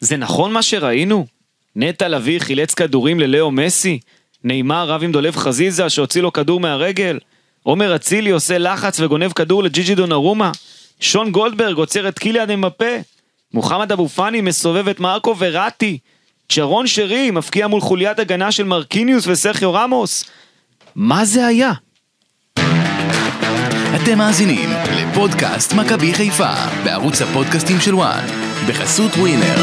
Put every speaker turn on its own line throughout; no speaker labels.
זה נכון מה שראינו? נטע לביא חילץ כדורים ללאו מסי? נעימה רב עם דולב חזיזה שהוציא לו כדור מהרגל? עומר אצילי עושה לחץ וגונב כדור לג'יג'י דונרומה? שון גולדברג עוצר את קיליאן אמבפה? מוחמד אבו פאני מסובב את מרקו וראטי? צ'רון שרי מפקיע מול חוליית הגנה של מרקיניוס וסרחיו רמוס? מה זה היה?
אתם מאזינים לפודקאסט מכבי חיפה בערוץ הפודקאסטים של וואן בחסות ווינר.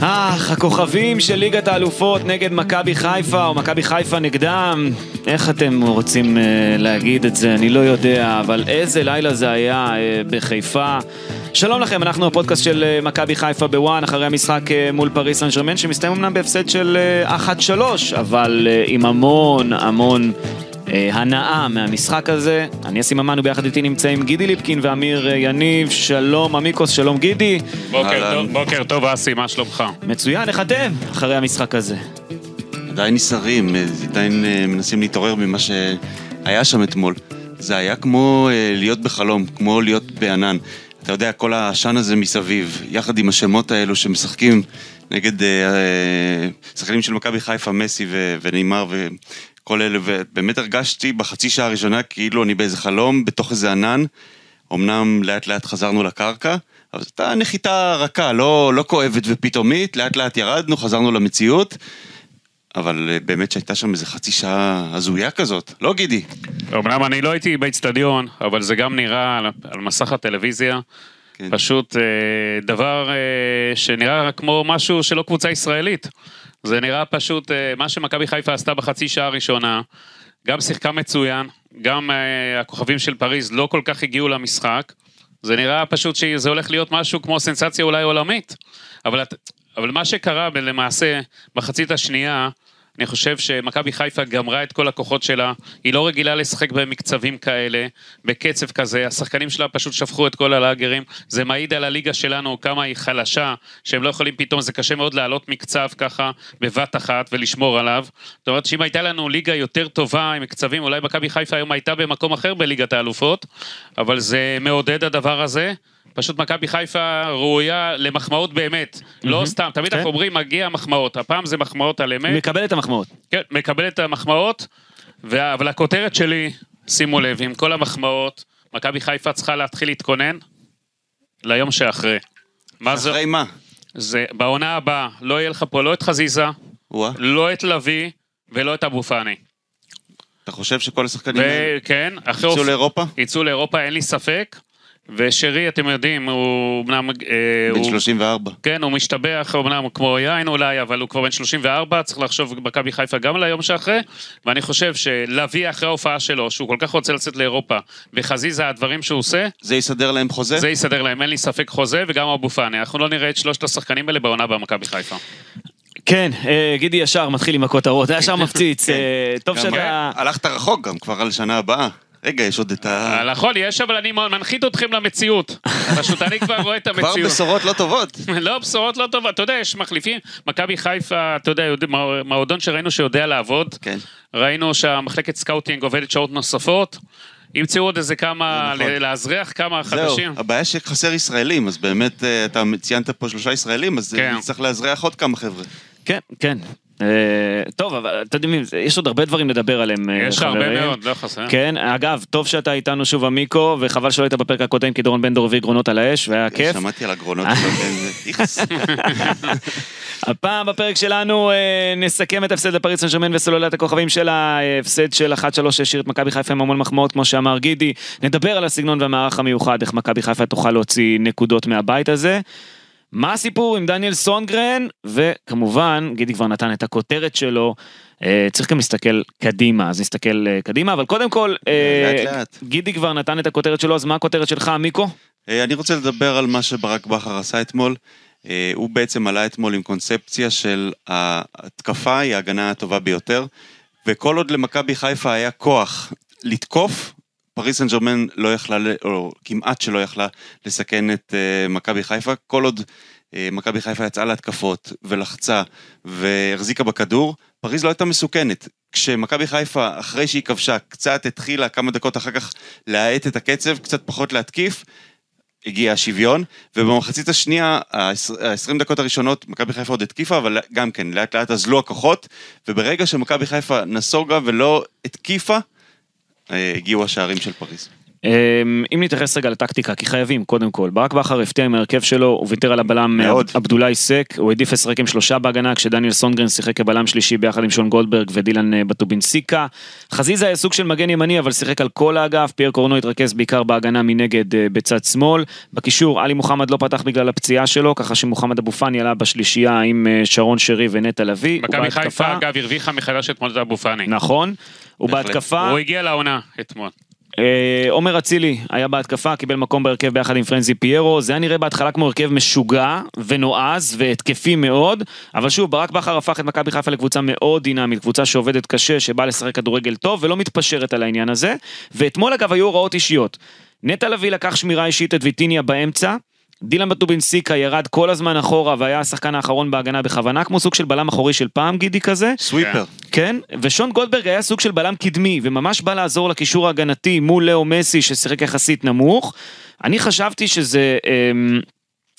אך, הכוכבים של ליגת האלופות נגד מכבי חיפה, או מכבי חיפה נגדם, איך אתם רוצים אה, להגיד את זה? אני לא יודע, אבל איזה לילה זה היה אה, בחיפה. שלום לכם, אנחנו הפודקאסט של אה, מכבי חיפה בוואן, אחרי המשחק אה, מול פריס סן ג'רמן, שמסתיים אמנם בהפסד של אה, 1-3, אבל אה, עם המון המון אה, הנאה מהמשחק הזה. אני אסי ממן, וביחד איתי נמצאים גידי ליפקין ואמיר אה, יניב. שלום עמיקוס, שלום גידי.
בוקר
אהלן.
טוב, בוקר טוב אסי, מה שלומך?
מצוין, איך אתם אחרי המשחק הזה?
עדיין נסערים, אה, עדיין אה, מנסים להתעורר ממה שהיה שם אתמול. זה היה כמו אה, להיות בחלום, כמו להיות בענן. אתה יודע, כל העשן הזה מסביב, יחד עם השמות האלו שמשחקים נגד אה, אה, שחקנים של מכבי חיפה, מסי ו- ונאמר וכל אלה, ובאמת הרגשתי בחצי שעה הראשונה כאילו אני באיזה חלום, בתוך איזה ענן. אמנם לאט לאט חזרנו לקרקע, אבל זו הייתה נחיתה רכה, לא, לא כואבת ופתאומית, לאט לאט ירדנו, חזרנו למציאות. אבל אה, באמת שהייתה שם איזה חצי שעה הזויה כזאת, לא גידי.
אמנם אני לא הייתי באיצטדיון, אבל זה גם נראה על, על מסך הטלוויזיה.
כן.
פשוט אה, דבר אה, שנראה כמו משהו שלא קבוצה ישראלית. זה נראה פשוט אה, מה שמכבי חיפה עשתה בחצי שעה הראשונה. גם שיחקה מצוין, גם אה, הכוכבים של פריז לא כל כך הגיעו למשחק. זה נראה פשוט שזה הולך להיות משהו כמו סנסציה אולי עולמית. אבל, את- אבל מה שקרה ב- למעשה מחצית השנייה, אני חושב שמכבי חיפה גמרה את כל הכוחות שלה, היא לא רגילה לשחק במקצבים כאלה, בקצב כזה, השחקנים שלה פשוט שפכו את כל הלאגרים, זה מעיד על הליגה שלנו כמה היא חלשה, שהם לא יכולים פתאום, זה קשה מאוד לעלות מקצב ככה בבת אחת ולשמור עליו. זאת אומרת שאם הייתה לנו ליגה יותר טובה עם מקצבים, אולי מכבי חיפה היום הייתה במקום אחר בליגת האלופות, אבל זה מעודד הדבר הזה. פשוט מכבי חיפה ראויה למחמאות באמת, לא סתם, תמיד
כן.
אנחנו אומרים מגיע מחמאות, הפעם זה מחמאות על אמת,
מקבל את המחמאות.
כן, מקבל את המחמאות, וה- אבל הכותרת שלי, שימו לב, עם כל המחמאות, מכבי חיפה צריכה להתחיל להתכונן ליום שאחרי. מה זה?
אחרי מה?
זה בעונה הבאה, לא יהיה לך פה לא את חזיזה,
וואה,
לא את לביא ולא את אבו פאני.
אתה חושב שכל השחקנים האלה
וכן, אחרי...
יצאו
אופ-
לאירופה?
יצאו לאירופה, אין לי ספק. ושרי, אתם יודעים, הוא אמנם... אה,
בן
הוא-
34.
כן, הוא משתבח אומנם כמו יין אולי, אבל הוא כבר בן 34, צריך לחשוב מכבי חיפה גם ליום שאחרי, ואני חושב שלביא אחרי ההופעה שלו, שהוא כל כך רוצה לצאת לאירופה, וחזיזה הדברים שהוא עושה,
זה יסדר להם חוזה?
זה יסדר להם, אין לי ספק חוזה, וגם אבו פאני, אנחנו לא נראה את שלושת השחקנים האלה בעונה במכבי חיפה.
כן, אה, גידי ישר מתחיל עם הכותרות, היה
כן,
ישר מפציץ. אה, טוב
גם,
שאתה...
אה, הלכת רחוק גם כבר על שנה הבאה. רגע, יש עוד את ה...
נכון, יש, אבל אני מנחית אתכם למציאות. פשוט אני כבר רואה את
כבר
המציאות.
בשורות לא טובות.
לא, בשורות לא טובות, אתה יודע, יש מחליפים. מכבי חיפה, אתה יודע, יודע- מע- מעודון שראינו שיודע לעבוד.
כן.
ראינו שהמחלקת סקאוטינג עובדת שעות נוספות. ימצאו עוד איזה כמה,
זה נכון.
ל- לאזרח כמה
זהו,
חדשים.
הבעיה שחסר ישראלים, אז באמת, אה, אתה ציינת פה שלושה ישראלים, אז
כן.
אה, נצטרך לאזרח עוד כמה חבר'ה.
כן, כן. אה, טוב, אבל אתם יודעים, זה- יש עוד הרבה דברים לדבר עליהם, אה,
יש
חברים.
הרבה מאוד, לא חסר.
כן, אגב, טוב שאתה איתנו שוב עמיקו, וחבל שלא היית בפרק הקודם, כי דורון בן דור הביא גרונות על האש, והיה כיף.
אה, שמעתי על הגרונות שלו, כן, זה איכס.
הפעם בפרק שלנו אה, נסכם את ההפסד לפריס סן ג'רמן וסוללת הכוכבים של ההפסד של 1-3 שהשאיר את מכבי חיפה עם המון מחמאות כמו שאמר גידי. נדבר על הסגנון והמערך המיוחד, איך מכבי חיפה תוכל להוציא נקודות מהבית הזה. מה הסיפור עם דניאל סונגרן, וכמובן, גידי כבר נתן את הכותרת שלו, אה, צריך גם להסתכל קדימה, אז נסתכל אה, קדימה, אבל קודם כל, אה,
לאט לאט.
גידי כבר נתן את הכותרת שלו, אז מה הכותרת שלך, מיקו?
אה, אני רוצה לדבר על מה שברק בכר עשה אתמול. אה, הוא בעצם עלה אתמול עם קונספציה של ההתקפה היא ההגנה הטובה ביותר, וכל עוד למכבי חיפה היה כוח לתקוף, פריס סן ג'רמן לא יכלה, ל- או כמעט שלא יכלה, לסכן את אה, מכבי חיפה. כל עוד אה, אה, מכבי חיפה יצאה להתקפות ולחצה והחזיקה בכדור, פריז לא הייתה מסוכנת. כשמכבי חיפה, אחרי שהיא כבשה, קצת התחילה כמה דקות אחר כך להאט את הקצב, קצת פחות להתקיף, הגיע השוויון, ובמחצית השנייה, ה-20 דקות הראשונות, מכבי חיפה עוד התקיפה, אבל גם כן, לאט לאט אזלו הכוחות, וברגע שמכבי חיפה נסוגה ולא התקיפה, אה, הגיעו השערים של פריז.
כן.
אמ, אם נתייחס רגע לטקטיקה, כי חייבים, קודם כל, ברק בכר הפתיע עם ההרכב שלו, הוא ויתר על הבלם
מאוד.
עב- עבדולאי סק, הוא העדיף לשחק עם שלושה בהגנה, כשדניאל סונגרן שיחק כבלם שלישי ביחד עם שון גולדברג ודילן אה, בטובינסיקה. חזיזה היה סוג של מגן ימני, אבל שיחק על כל האגף, פייר קורנו התרכז בעיקר בהגנה מנגד אה, בצד שמאל. בקישור, עלי מוחמד לא פתח בגלל הפציעה שלו, ככה שמוחמד אבו פאני עלה בשלישייה עם אה, שרון שרי ונטע לביא.
מכבי
ובהתקפה-
חיפה, אגב, הרוויחה מחדש את מולדת אבו פאני.
נכון.
בהחלט.
ובהתקפה,
הוא הגיע לעונה אתמול.
אה, עומר אצילי היה בהתקפה, קיבל מקום בהרכב ביחד עם פרנזי פיירו, זה היה נראה בהתחלה כמו הרכב משוגע ונועז והתקפי מאוד, אבל שוב, ברק בכר הפך את מכבי חיפה לקבוצה מאוד דינמית, קבוצה שעובדת קשה, שבאה לשחק כדורגל טוב ולא מתפשרת על העניין הזה, ואתמול אגב היו הוראות אישיות. נטע לביא לקח שמירה אישית את ויטיניה באמצע, דילן בטובינסיקה ירד כל הזמן אחורה והיה השחקן האחרון בהגנה בכוונה, כמו סוג של בלם אחורי של פעם גידי כזה,
סוויפר.
כן, ושון גולדברג היה סוג של בלם קדמי, וממש בא לעזור לקישור ההגנתי מול לאו מסי ששיחק יחסית נמוך. אני חשבתי שזה אמ,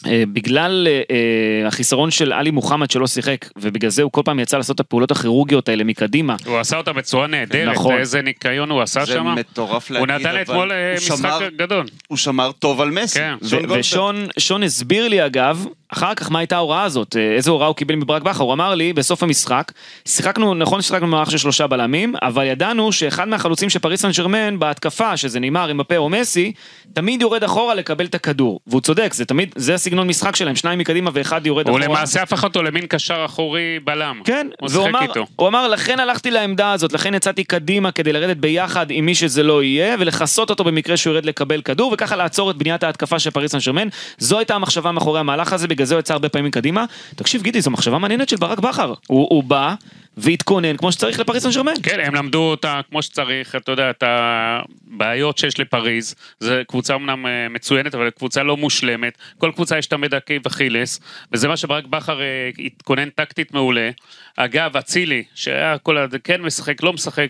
אה, בגלל אה, אה, החיסרון של עלי מוחמד שלא שיחק, ובגלל זה הוא כל פעם יצא לעשות את הפעולות הכירורגיות האלה מקדימה.
הוא עשה אותה בצורה נהדרת,
נכון.
איזה ניקיון הוא עשה
זה
שם.
מטורף
לא הוא
להגיד,
נתן
אבל
אתמול אה,
הוא
משחק
שמר-
גדול.
נכון.
הוא שמר טוב על מסי.
כן.
שון
ו-
גולדברג.
ושון שון הסביר לי אגב, אחר כך מה הייתה ההוראה הזאת, אה, איזה הוראה הוא קיבל מברק בכר, הוא אמר לי בסוף המשחק, שיחקנו, נכון ששיחקנו במערך של שלושה בלמים, אבל ידענו שאחד מהחלוצים של פריס סן ג'רמן בהתקפה, שזה נאמר עם הפה או מסי, תמיד יורד אחורה לקבל את הכדור, והוא צודק, זה תמיד, זה הסגנון משחק שלהם, שניים מקדימה ואחד יורד
הוא
אחורה.
למעשה הפך אותו למין קשר אחורי בלם.
כן,
הוא
והוא
שיחק
אמר,
איתו.
הוא אמר, לכן הלכתי לעמדה הזאת, לכן יצאתי קדימה כדי לרדת ביחד עם מי שזה לא יהיה, ולכסות אותו במקרה שהוא ירד לקבל כדור, וככה לעצור את בניית ההתקפה של פריס סן שרמן. זו הייתה המחשבה מאחורי המהלך הזה, בגלל זה הוא יצא הרבה פעמים קדימה. תקשיב, גידי, זו מחשבה מעניינת של ברק בכר. הוא, הוא בא והתכונן כמו שצריך לפריס סן שרמן.
כן, הם למדו אותה כמו שצריך, אתה יודע, את הבעיות שיש לפריז. זו קבוצה אמנם אה, מצוינת, אבל קבוצה לא מושלמת. כל קבוצה יש תמיד עקיב אכילס, וזה מה שברק בכר אה, התכונן טקטית מעולה. אגב, אצילי, שהיה כל ה... כן משחק, לא משחק.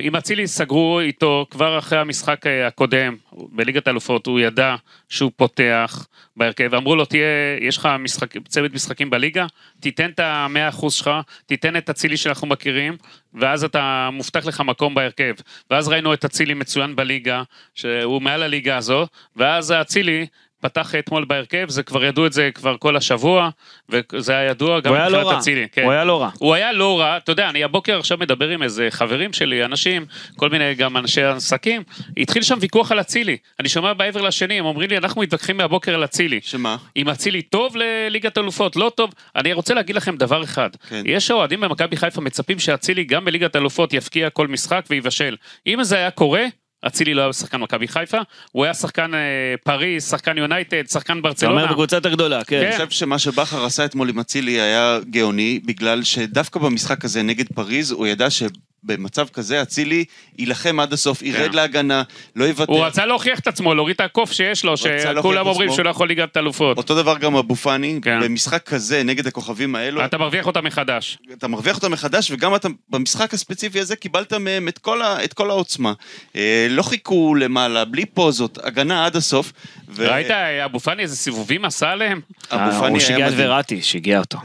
עם אצילי סגרו איתו כבר אחרי המשחק אה, הקודם בליגת האלופות, הוא ידע שהוא פותח בהרכב, אמרו לו תהיה, יש לך משחק, צוות משחקים בליגה, תיתן את המאה אחוז שלך, תיתן את אצילי שאנחנו מכירים, ואז אתה מובטח לך מקום בהרכב. ואז ראינו את אצילי מצוין בליגה, שהוא מעל הליגה הזו, ואז אצילי פתח אתמול בהרכב, זה כבר ידעו את זה כבר כל השבוע, וזה היה ידוע גם
הוא היה לא רע.
אצילי. כן.
הוא היה לא רע.
הוא היה לא רע, אתה יודע, אני הבוקר עכשיו מדבר עם איזה חברים שלי, אנשים, כל מיני גם אנשי עסקים, התחיל שם ויכוח על אצילי. אני שומע בעבר לשני, הם אומרים לי, אנחנו מתווכחים מהבוקר על אצילי.
שמה?
אם אצילי טוב לליגת אלופות, לא טוב, אני רוצה להגיד לכם דבר אחד.
כן.
כן. יש אוהדים במכבי חיפה מצפים שאצילי גם בליגת אלופות יפקיע כל משחק וייבשל. אם זה היה קורה... אצילי לא היה שחקן מכבי חיפה, הוא היה שחקן אה, פריז, שחקן יונייטד, שחקן
אתה אומר
ברצלונה.
בקבוצה יותר גדולה, כן.
כן.
אני חושב שמה שבכר עשה אתמול עם אצילי היה גאוני, בגלל שדווקא במשחק הזה נגד פריז, הוא ידע שבמצב כזה אצילי יילחם עד הסוף, ירד
כן.
להגנה, לא
הוא
יוותר.
רצה להוכיח את עצמו, להוריד את הקוף שיש לו,
רצה להוכיח את
שכולם אומרים
עצמו.
שהוא לא יכול ליגת אלופות.
אותו דבר גם אבו פאני,
כן.
במשחק כזה נגד הכוכבים האלו,
אתה מרוויח אותה מחדש.
אתה מרוויח אותם מחדש, וגם אתה, במשחק הספציפי הזה קיבלת מהם את כל, ה, את כל העוצמה. אה, לא חיכו למעלה, בלי פוזות, הגנה עד הסוף. ו-
ראית אה, אבו פאני איזה סיבובים עשה עליהם?
אה,
אבו פאני
הוא שיגע
היה
את
מדהים.
וראטי, שיגע אותו.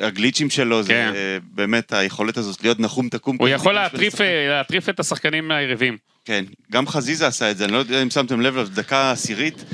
הגליצ'ים שלו, זה
כן.
אה, באמת היכולת הזאת להיות נחום תקום.
הוא
כזה,
יכול
גם
להטריף,
לשחק.
אה, להטריף את השחקנים היריבים.
כן, גם חזיזה עשה את זה, אני לא יודע אם שמתם לב, לדקה העשירית,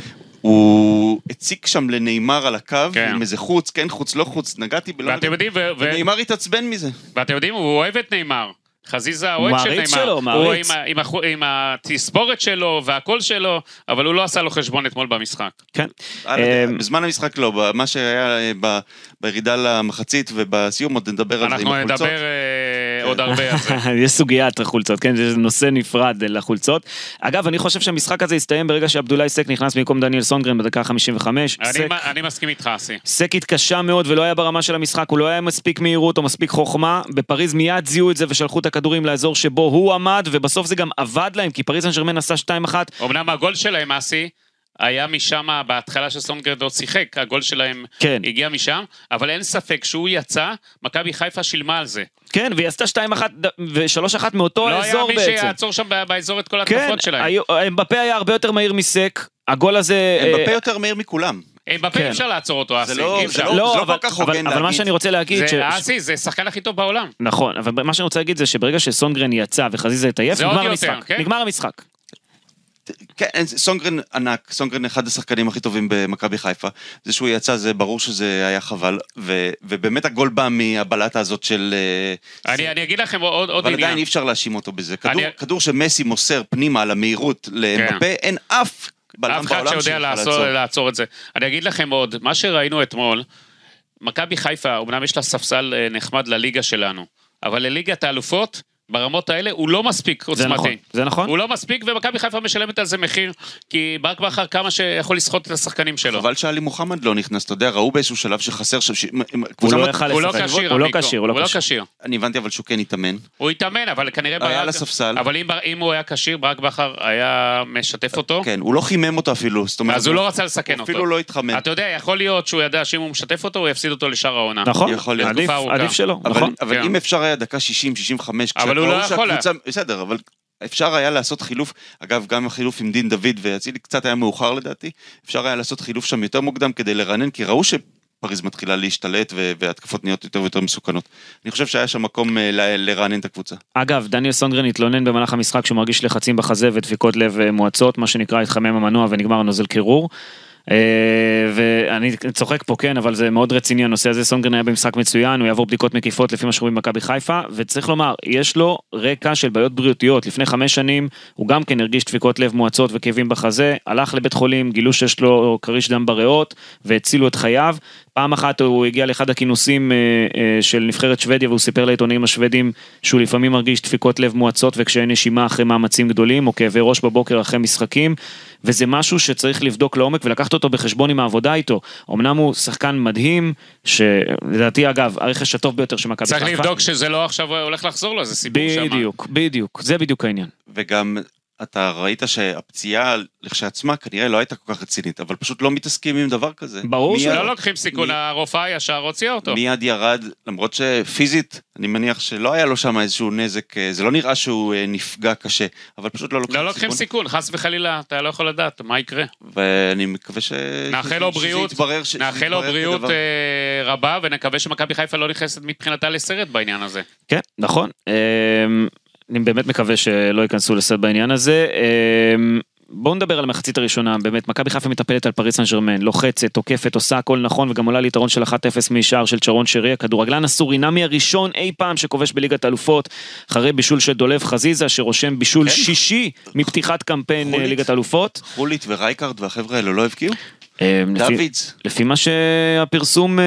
הוא הציק שם לנאמר על הקו,
כן.
עם איזה חוץ, כן חוץ, לא חוץ, נגעתי בלא...
ואתם יודעים, ו- ו-
נאמר התעצבן מזה.
ואתם יודעים, הוא אוהב את נאמר. חזיזה
הוא
אוהב של
מעריץ
נאמר.
שלו,
הוא
מעריץ.
עם ה- עם החו- עם התספורת שלו והקול שלו, אבל הוא לא עשה לו חשבון אתמול
לא,
במשחק.
כן.
על הדרך.
אמ,
אה, בזמן המשחק לא, ב- מה שהיה אה, ב- בירידה למחצית ובסיום עוד נדבר על זה עם
אנחנו
החולצות.
נדבר אה,
כן.
עוד הרבה על זה.
יש סוגיית החולצות, כן, זה נושא נפרד אה, לחולצות. אגב, אני חושב שהמשחק הזה הסתיים ברגע שעבדולאי סק נכנס במקום דניאל סונגרן בדקה ה-55.
אני
סק,
מ- אני מסכים איתך, אסי.
סק התקשה מאוד ולא היה ברמה של המשחק, הוא לא היה מספיק מהירות או מספיק חוכמה. בפריז מיד זיהו את זה ושלחו את הכדורים לאזור שבו הוא עמד, ובסוף זה גם עבד להם, כי פריז סן ג'רמן עשה 2-1.
אמנם הגול שלהם, אסי, היה משם, בהתחלה שסונגרד עוד שיחק, הגול שלהם
כן.
הגיע משם, אבל אין ספק שהוא יצא, מכבי חיפה שילמה על זה.
כן, והיא עשתה 2-1 ו-3-1 מאותו
לא היה
האזור
מי
בעצם.
שיעצור שם ב- באזור את כל
כן,
ההתקפות שלהם.
היו- אמבפה היה הרבה יותר מהיר מסק, הגול הזה... אה,
אמבפה יותר מהיר מכולם.
אמבפה
כן.
אי אפשר לעצור אותו, אסי,
לא-
אי
זה
אפשר.
לא- זה
אבל-
כל כך הוגן
אבל- אבל מה
להגיד.
שאני רוצה להגיד... ש-
זה אסי, זה השחקן הכי טוב בעולם.
נכון, אבל מה שאני רוצה להגיד זה שברגע שסונגרן יצא וחזיזה התעייף,
זה עוד
נגמר
יותר,
המשחק.
כן.
נגמר המשחק.
כן, אין- סונגרן ענק, סונגרן אחד השחקנים הכי טובים במכבי חיפה. זה שהוא יצא, זה ברור שזה היה חבל, ו, ובאמת הגול בא מהבלטה הזאת של... אה,
אני אני אגיד לכם עוד עוד
אבל עדיין
עניין.
אי אפשר להאשים אותו בזה. כדור,
אני-
כדור שמסי מוסר פנימה על המהירות לאמבפה, אין אף
כן. אף
בלם
אחד
בעולם
שיודע
שיכול
לעצור, לעצור את זה. אני אגיד לכם עוד, מה שראינו אתמול, מכבי חיפה, אמנם יש לה ספסל אה, נחמד לליגה שלנו, אבל לליגת האלופות, ברמות האלה, הוא לא מספיק
זה
עוצמתי.
נכון. זה נכון?
הוא לא מספיק, ומכבי חיפה משלמת על זה מחיר, כי ברק בכר כמה שיכול לסחוט את השחקנים שלו.
חבל שאלי מוחמד לא נכנס, אתה יודע, ראו באיזשהו שלב שחסר שם... ש- אם- אם-
הוא
קבוצה
לא
מת-
יכל
הוא לא
לשחק.
כשיר,
הוא לא
עמיקו.
כשיר, הוא לא
הוא לא
כשיר.
כשיר.
אני הבנתי אבל שהוא כן התאמן.
הוא התאמן, אבל כנראה...
היה
ברק-
על הספסל.
כן. אבל אם- אם הוא היה כשיר, ברק בכר היה משתף אותו,
כן, הוא לא חימם אותו אפילו, זאת אומרת...
אז הוא לא רצה לסכן
הוא
אותו.
אפילו לא התחמם.
אתה יודע, יכול להיות שהוא ידע שאם הוא משתף אותו, הוא יפסיד אותו לשאר העונה.
נכון,
יכול להיות.
עדיף-
תקופה ארוכה.
עדיף שלא,
אבל,
נכון.
אבל
כן.
אם אפשר היה דקה 60, 65,
אבל הוא
כשהם
לא
ראו
יכול
שהקבוצה- בסדר, אבל אפשר היה לעשות חילוף, אגב, גם החילוף עם דין דוד ואצילי קצת היה מאוחר לדעתי, אפשר היה לעשות חילוף שם יותר מוקדם כדי לרענן, כי ראו שפריז מתחילה להשתלט ו- והתקפות נהיות יותר ויותר מסוכנות. אני חושב שהיה שם מקום אה, ל- לרענן את הקבוצה.
אגב, דניאל סונגרן התלונן במהלך המשחק שהוא מרגיש לחצים בחזה ודפיקות לב אה, מואצות, מה שנקרא התחמם המנוע ונגמר נוזל קירור. אה, ואני צוחק פה כן, אבל זה מאוד רציני הנושא הזה, סונגרן היה במשחק מצוין, הוא יעבור בדיקות מקיפות לפי מה שרואים במכבי חיפה, וצריך לומר, יש לו רקע של בעיות בריאותיות, לפני חמש שנים הוא גם כן הרגיש דפיקות לב מואצות וכאבים בחזה, הלך לבית חולים, גילו שיש לו כריש דם בריאות, והצילו את חייו, פעם אחת הוא הגיע לאחד הכינוסים אה, אה, של נבחרת שוודיה והוא סיפר לעיתונאים השוודים שהוא לפעמים מרגיש דפיקות לב מואצות וכשאין נשימה אחרי מאמצים גדולים או כאבי ראש בבוקר אחרי משחקים וזה משהו שצריך לבדוק לעומק ולקחת אותו בחשבון עם העבודה איתו. אמנם הוא שחקן מדהים שלדעתי אגב הרכש הטוב ביותר של מכבי
צריך לבדוק שזה לא עכשיו הולך לחזור לו, זה סיפור שם.
בדיוק, בדיוק, זה בדיוק העניין.
וגם אתה ראית שהפציעה לכשעצמה כנראה לא הייתה כל כך רצינית, אבל פשוט לא מתעסקים עם דבר כזה.
ברור
מיד-
שלא,
לא לוקחים סיכון,
מי-
הרופאה ישר הוציאה אותו.
מיד ירד, למרות שפיזית, אני מניח שלא היה לו שם איזשהו נזק, אה, זה לא נראה שהוא אה, נפגע קשה, אבל פשוט לא לוקחים
לא לוקחים סיכון, חס וחלילה, אתה לא יכול לדעת מה יקרה.
ואני מקווה ש...
נאחל לו
שזה
בריאות,
יתברר ש- שזה
נאחל לו
יתברר
בריאות
כדבר-
אה, רבה, ונקווה שמכבי חיפה לא נכנסת מבחינתה לסרט בעניין הזה.
כן, נכון. אמ, אני באמת מקווה שלא ייכנסו לסט בעניין הזה. אמ, בואו נדבר על המחצית הראשונה, באמת, מכבי חיפה מטפלת על פריס סן ג'רמן, לוחצת, תוקפת, עושה הכל נכון, וגם עולה ליתרון של 1-0 משער של צ'רון שרי, הכדורגלן הסורינמי הראשון אי פעם שכובש בליגת אלופות, אחרי בישול של דולב חזיזה, שרושם בישול
כן.
שישי מפתיחת קמפיין אה,
חולית.
ליגת אלופות.
חולית ורייקארד והחבר'ה האלו לא הבקיעו?
אמ, לפי-
דוידס.
לפי מה שהפרסום אה,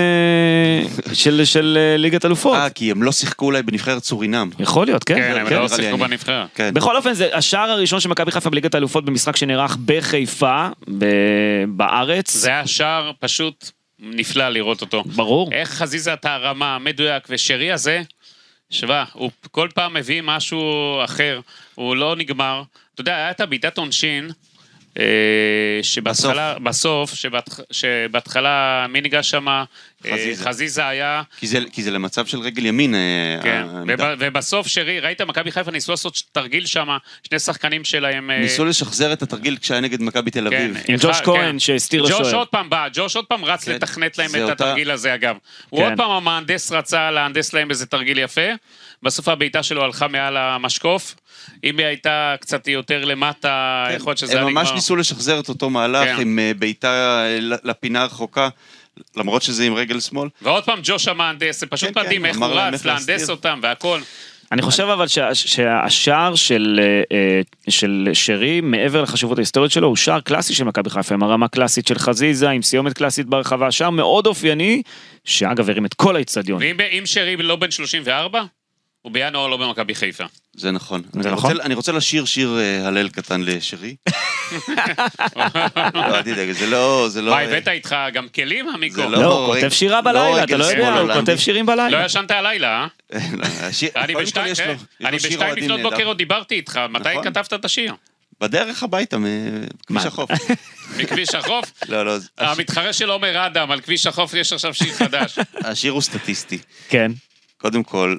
של- של אה, ליגת אלופות.
אה, כי הם לא שיחקו אולי בנבחרת סורינם.
יכול להיות, כן.
כן,
כן,
הם
נראה
לא
לי
שיחקו
אני.
בנבחרת.
כן.
בכל אופן, זה השער הראשון של מכבי חיפה בליגת האלופות במשחק שנערך בחיפה, ב- בארץ.
זה היה שער פשוט נפלא לראות אותו.
ברור.
איך חזיזה את הרמה המדויק ושרי הזה, שווה, הוא כל פעם מביא משהו אחר, הוא לא נגמר. אתה יודע, היה את הבעיטת עונשין, אה, שבהתחלה, בסוף, שבהתח- שבהתחלה, מי ניגש שם? אה,
חזיזה.
חזיזה היה,
כי זה- כי זה למצב של רגל ימין. אה,
כן,
העמדה.
וב- ובסוף שרי, ראית, מכבי חיפה ניסו לעשות תרגיל שם, שני שחקנים שלהם... אה,
ניסו לשחזר את התרגיל כשהיה נגד מכבי תל
כן,
אביב.
עם
אחד-
ג'וש
כן.
כהן שהסתיר
ג'וש
לשוער.
עוד פעם בא, ג'וש עוד פעם רץ
כן,
לתכנת להם
זה
את
אותה-
התרגיל הזה אגב. הוא
כן.
עוד פעם המהנדס רצה להנדס להם איזה תרגיל יפה, בסוף הבעיטה שלו הלכה מעל המשקוף, אם היא הייתה קצת יותר למטה, יכול להיות שזה היה
כן, הם
נגמר.
ממש ניסו לשחזר את אותו מהלך
כן.
עם אה, בעיטה אה, ל- לפינה הרחוקה, למרות שזה עם רגל שמאל.
ועוד פעם ג'וש המהנדס, זה פשוט
כן, כן,
מדהים איך הוא
אמר להם
רץ,
איך להסתיר.
להנדס אותם והכל.
אני חושב אבל שה- שהשער של אה, אה, של שרי, מעבר לחשיבות ההיסטורית שלו, הוא שער קלאסי של מכבי חיפה, עם הרמה קלאסית של חזיזה, עם סיומת קלאסית ברחבה, שער מאוד אופייני, שאגב הרים את כל האיצטדיון.
ואם אם שרי לא בן 34, הוא בינואר לא במכבי חיפה.
זה נכון.
זה
אני
נכון?
רוצה- אני רוצה לשיר שיר אה, הלל קטן לשרי. לא, אל תדאג, זה לא... זה לא...
מה, הבאת איתך גם כלים, המיקרו?
זה
לא, הוא
רגל-
כותב שירה
לא
בלילה, אתה
רגל
לא יודע,
שמאל,
הוא
הולנדי.
כותב שירים
לא
בלילה.
ישנת הלילה, אה?
לא, השיר-
אני
קודם כל
בשתיים
יש לו-
אה,
יש לו
אני
שיר
בשתיים
אוהדים
לפנות
נהדר.
בוקר עוד דיברתי איתך, מתי
נכון.
כתבת את השיר?
בדרך הביתה, מכביש החוף.
מכביש החוף.
לא, לא, הש-
המתחרה של עומר אדם, על כביש החוף יש עכשיו שיר חדש.
השיר הוא סטטיסטי.
כן.
קודם כל,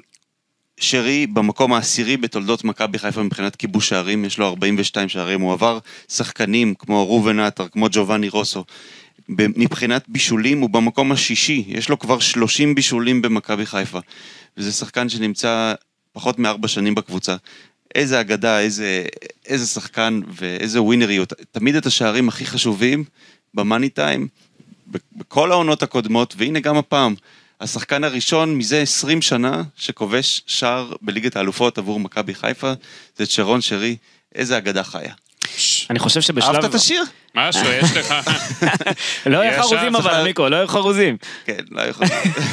שרי במקום העשירי בתולדות מכבי חיפה מבחינת כיבוש שערים, יש לו 42 שערים, הוא עבר שחקנים כמו ראובן עטר, כמו ג'ובאני רוסו. ב- מבחינת בישולים הוא במקום השישי, יש לו כבר 30 בישולים במכבי חיפה. וזה שחקן שנמצא פחות מארבע שנים בקבוצה. איזה אגדה, איזה, איזה שחקן ואיזה ווינריות. תמיד את השערים הכי חשובים במאני טיים, ב- בכל העונות הקודמות, והנה גם הפעם. השחקן הראשון מזה 20 שנה שכובש שער בליגת האלופות עבור מכבי חיפה, זה צ'רון שרי. איזה אגדה חיה.
אני חושב שבשלב...
אהבת את השיר?
משהו, יש לך.
לא יהיה
ישר
חרוזים
צריך
אבל,
לה-
מיקו, לא יהיה חרוזים.
כן, לא יכול.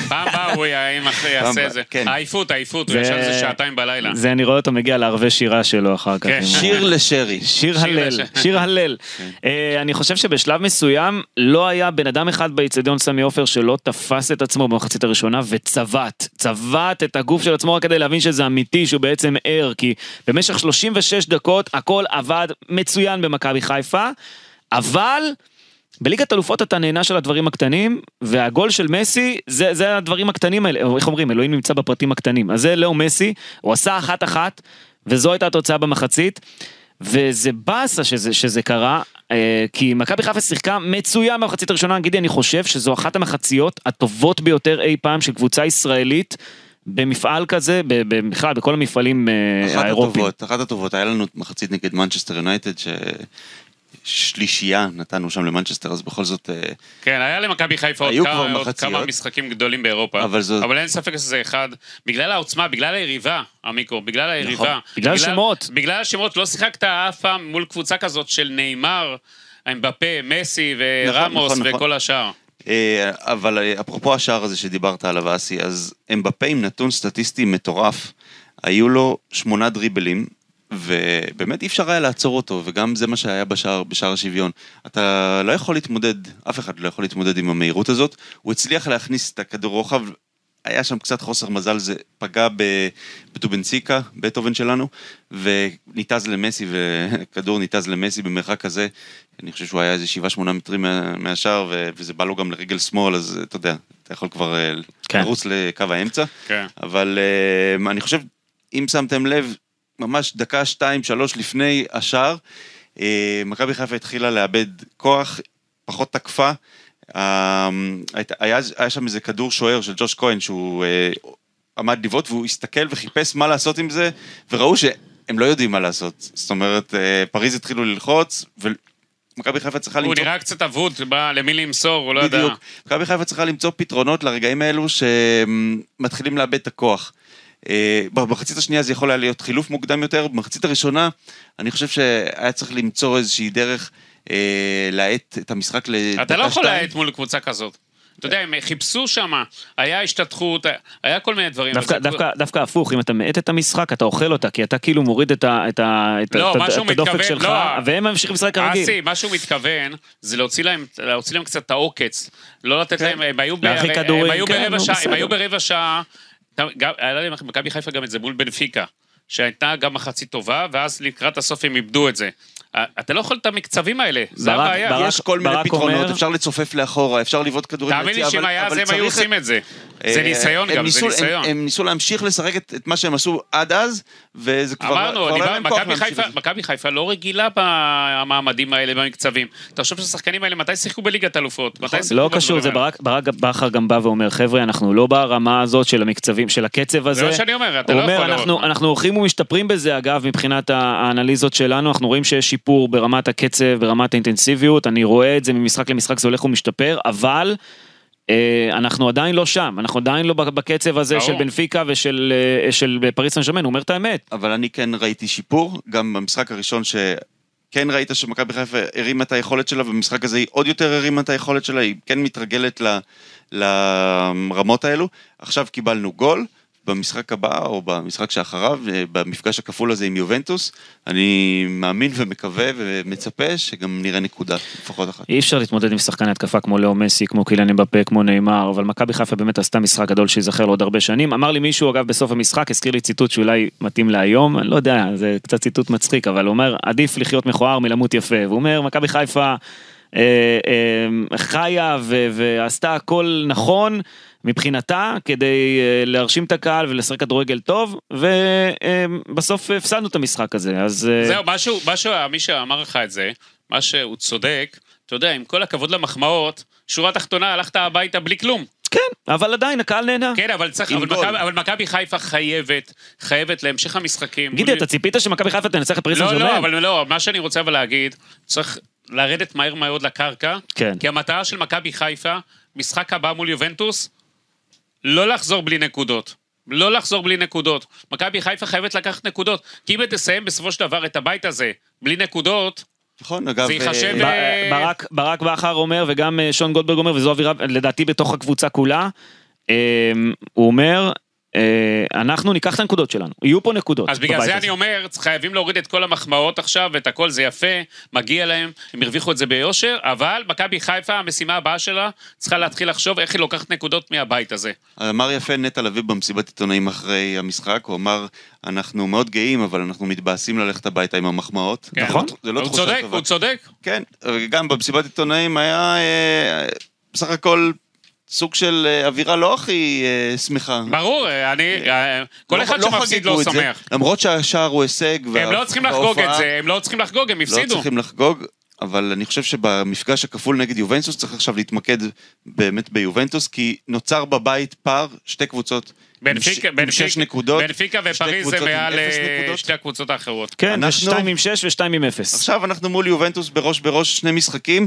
פעם באה הוא יהיה, אם אחרי
פעם
יעשה
באה,
את זה.
כן.
העייפות, העייפות,
זה-
הוא ישן איזה שעתיים בלילה.
זה אני רואה אותו מגיע לערבי שירה שלו אחר כך.
כן.
עם-
שיר לשרי.
שיר
שיר כן.
הלל,
לשם.
שיר הלל. אה, אני חושב שבשלב מסוים לא היה בן אדם אחד באיצטדיון סמי עופר שלא תפס את עצמו במחצית הראשונה וצבט, צבט את הגוף של עצמו רק כדי להבין שזה אמיתי, שהוא בעצם ער, כי במשך 36 דקות הכל עבד מצוין במכבי חיפה, אבל... בליגת אלופות אתה נענש על הדברים הקטנים, והגול של מסי, זה, זה הדברים הקטנים האלה, או איך אומרים, אלוהים נמצא בפרטים הקטנים. אז זה לאו מסי, הוא עשה אחת-אחת, וזו הייתה התוצאה במחצית, וזה באסה שזה, שזה קרה, אה, כי מכבי חיפה שיחקה מצוין במחצית הראשונה, גידי, אני חושב שזו אחת המחציות הטובות ביותר אי פעם של קבוצה ישראלית. במפעל כזה, ב- ב- בכלל בכל המפעלים אה,
אחת
האירופיים.
הטובות, אחת הטובות, היה לנו מחצית נגד מנצ'סטר יונייטד, ששלישייה נתנו שם למנצ'סטר, אז בכל זאת, אה,
כן, היה למכבי חיפה עוד
היו
כמה-
כבר
עוד כמה
מחציות.
משחקים גדולים באירופה.
אבל זו-
אבל אין ספק שזה אחד, בגלל העוצמה, בגלל היריבה, המיקרו, בגלל
נכון.
היריבה.
בגלל השמות.
בגלל השמות, לא שיחקת אף פעם מול קבוצה כזאת של נאמר, אמבפה, מסי ורמוס
נכון, נכון.
וכל השאר.
אה, אבל אה, אפרופו השער הזה שדיברת עליו, אסי, אז אמבפה עם נתון סטטיסטי מטורף, היו לו שמונה דריבלים, ובאמת אי אפשר היה לעצור אותו, וגם זה מה שהיה בשער, בשער השוויון. אתה לא יכול להתמודד, אף אחד לא יכול להתמודד עם המהירות הזאת, הוא הצליח להכניס את הכדור רוחב, היה שם קצת חוסר מזל, זה פגע ב- בטובנציקה, בטהובן שלנו, וניתז למסי, וכדור ניתז למסי במרחק כזה, אני חושב שהוא היה איזה 7-8 מטרים מה- מהשער, ו- וזה בא לו גם לרגל שמאל, אז אה, אתה יודע, אתה יכול כבר אה,
כן.
לרוץ לקו האמצע.
כן.
אבל אה, אני חושב, אם שמתם לב, ממש דקה, שתיים, שלוש לפני השער, אה, מכבי חיפה התחילה לאבד כוח, פחות תקפה. אה, היית- היה היה שם איזה כדור שוער של ג'וש כהן שהוא אה, עמד לבעוט והוא הסתכל וחיפש מה לעשות עם זה, וראו שהם לא יודעים מה לעשות. זאת אומרת, אה, פריז התחילו ללחוץ, ומכבי חיפה צריכה
הוא
לא-
למצוא
נראה קצת אבוד, בא למי למסור, הוא לא ידע.
בדיוק. מכבי חיפה צריכה למצוא פתרונות לרגעים האלו שמתחילים לאבד את הכוח. אה, במחצית השנייה זה יכול היה להיות חילוף מוקדם יותר, במחצית הראשונה אני חושב שהיה צריך למצוא איזושהי דרך אה, להאט את המשחק לדקה
אתה לא יכול
שתיים.
להאט מול קבוצה כזאת. אתה יודע, הם חיפשו שם, היה השתתחות, היה כל מיני דברים.
דווקא,
אבל כן, זה-
דווקא, דווקא הפוך, אם אתה מאט את המשחק, אתה אוכל אותה, כי אתה כאילו מוריד את, ה, את, ה, את,
לא,
ה-
מה
את, ה-
שהוא
את הדופק
מתכוון-
שלך,
לא.
והם ממשיכים לשחק כרגיל.
אסי, מה שהוא מתכוון, זה להוציא להם, להוציא להם קצת את העוקץ. לא לתת להם, הם היו,
כן. להרחיק
הרי-
כדורים,
הם היו
כן,
ברבע
נו,
שעה,
בסדר.
הם היו ברבע שעה, אתה- גם- היה להם מכבי חיפה גם את זה מול בנפיקה, שהייתה גם מחצית טובה, ואז לקראת הסוף הם איבדו את זה. אה, אתה לא יכול את המקצבים האלה, זה
ברק-
הבעיה.
ברק-
יש כל מיני
ברק
פתרונות,
אומר-
אפשר לצופף לאחורה, אפשר לבעוט כדורים
תאמין לי
ליציאה,
שאם
אבל-
היה
אבל
זה, הם היו
צריך
עושים את זה. זה
אה,
ניסיון
הם
גם, זה
ניסו- הם-
ניסיון.
הם ניסו להמשיך לשחק את את מה שהם עשו עד אז, וזה כבר... כבר
אמרנו,
אין
דיברנו,
להם כוח
מכבי
להמשיך
חיפה-
את זה.
מכבי חיפה לא רגילה במעמדים האלה, במקצבים. תחשוב שהשחקנים האלה, מתי שיחקו בליגת אלופות?
נכון.
מתי שיחקו
לא
בדברים
קשור, זה
האלה?
ברק, ברק בכר גם בא ואומר, חבר'ה, אנחנו לא ברמה הזאת של המקצבים, של הקצב הזה.
מה שאני אומר, אתה
הוא
לא יכול לראות.
אנחנו, אנחנו הולכים ומשתפרים בזה, אגב, מבחינת ה- האנליזות שלנו, אנחנו רואים שיש שיפור ברמת הקצב, ברמת האינטנסיביות, אני רואה את זה ממשחק למשחק, זה הולך ומשתפר, אבל... אה, אנחנו עדיין לא שם, אנחנו עדיין לא בקצב הזה
ברור.
של בנפיקה ושל אה, של פריס סן ז'רמן, הוא אומר את האמת.
אבל אני כן ראיתי שיפור, גם במשחק הראשון שכן ראית שמכבי חיפה הרימה את היכולת שלה, ובמשחק הזה היא עוד יותר הרימה את היכולת שלה, היא כן מתרגלת ל... לרמות האלו. עכשיו קיבלנו גול, ב- במשחק הבא או במשחק שאחריו, אה, במפגש הכפול הזה עם יובנטוס, אני מאמין ומקווה ומצפה שגם נראה נקודה, לפחות אחת.
אי אפשר להתמודד עם שחקני התקפה כמו לאו מסי, כמו קילן אמבפה, כמו נאמר, אבל מכבי חיפה באמת עשתה משחק גדול שייזכר לעוד הרבה שנים. אמר לי מישהו, אגב, בסוף המשחק, הזכיר לי ציטוט שאולי מתאים להיום, אני לא יודע, זה קצת ציטוט מצחיק, אבל הוא אומר, עדיף לחיות מכוער מלמות יפה. והוא אומר, מכבי חיפה אה, אה, חיה ו- ועשתה הכל נכון. מבחינתה כדי אה, להרשים את הקהל ולשחק כדורגל טוב ובסוף הפסדנו את המשחק הזה אז אה,
זהו, משהו, משהו, מי שאמר לך את זה, מה שהוא צודק, אתה יודע, עם כל הכבוד למחמאות, שורה תחתונה, הלכת הביתה בלי כלום.
כן אבל עדיין הקהל נהנה.
כן, אבל צריך,
עם
אבל
גול.
מכבי- אבל מכבי חיפה חייבת, חייבת להמשך המשחקים.
גידי אתה ציפית שמכבי חיפה תנצח את פריס סן
לא,
ז'רמן?
לא, אבל לא, מה שאני רוצה אבל להגיד, צריך לרדת מהר מאוד לקרקע,
כן.
כי המטרה של מכבי חיפה, משחק הבא מול יובנטוס, לא לחזור בלי נקודות. לא לחזור בלי נקודות. מכבי חיפה חייבת לקחת נקודות, כי אם היא תסיים בסופו של דבר את הבית הזה בלי נקודות,
נכון, אגב...
זה ייחשב,
ב-
אה,
אה,
ברק, ברק בכר אומר, וגם אה, שון גולדברג אומר, וזו אווירה לדעתי בתוך הקבוצה כולה, אה, הוא אומר, אה, אנחנו ניקח את הנקודות שלנו, יהיו פה נקודות.
אז בגלל
בבית
זה
הזה.
אני אומר, חייבים להוריד את כל המחמאות עכשיו, ואת הכל זה יפה, מגיע להם, הם הרוויחו את זה ביושר, אבל מכבי חיפה, המשימה הבאה שלה, צריכה להתחיל לחשוב איך היא לוקחת נקודות מהבית הזה.
אמר יפה נטע לביא במסיבת עיתונאים אחרי המשחק, הוא אמר, אנחנו מאוד גאים, אבל אנחנו מתבאסים ללכת הביתה עם המחמאות.
כן.
נכון.
זה לא
הוא
תחושה
צודק,
טובה.
הוא צודק.
כן, גם במסיבת עיתונאים היה אה, בסך הכל סוג של אה, אווירה לא הכי אה, שמחה.
ברור, אני... אה, כל
לא-
אחד
לא
שמפסיד
חגגו
לא
את זה,
שמח.
למרות שהשער הוא הישג.
הם
וה-
לא צריכים לחגוג את
וההופעה-
זה, הם לא צריכים לחגוג, הם
לא
הפסידו.
צריכים לחגוג, אבל אני חושב שבמפגש הכפול נגד יובנטוס צריך עכשיו להתמקד באמת ביובנטוס, כי נוצר בבית פער שתי קבוצות.
בנפיקה-
עם ש- עם שש
בנפיק-
נקודות.
בנפיקה
שתי
ופריז זה
קבוצות עם
מעל
אפס
אה,
נקודות.
שתי הקבוצות האחרות.
כן,
אנחנו-
יש 2 עם 6 ו-2 עם 0.
עכשיו אנחנו מול יובנטוס בראש בראש שני משחקים.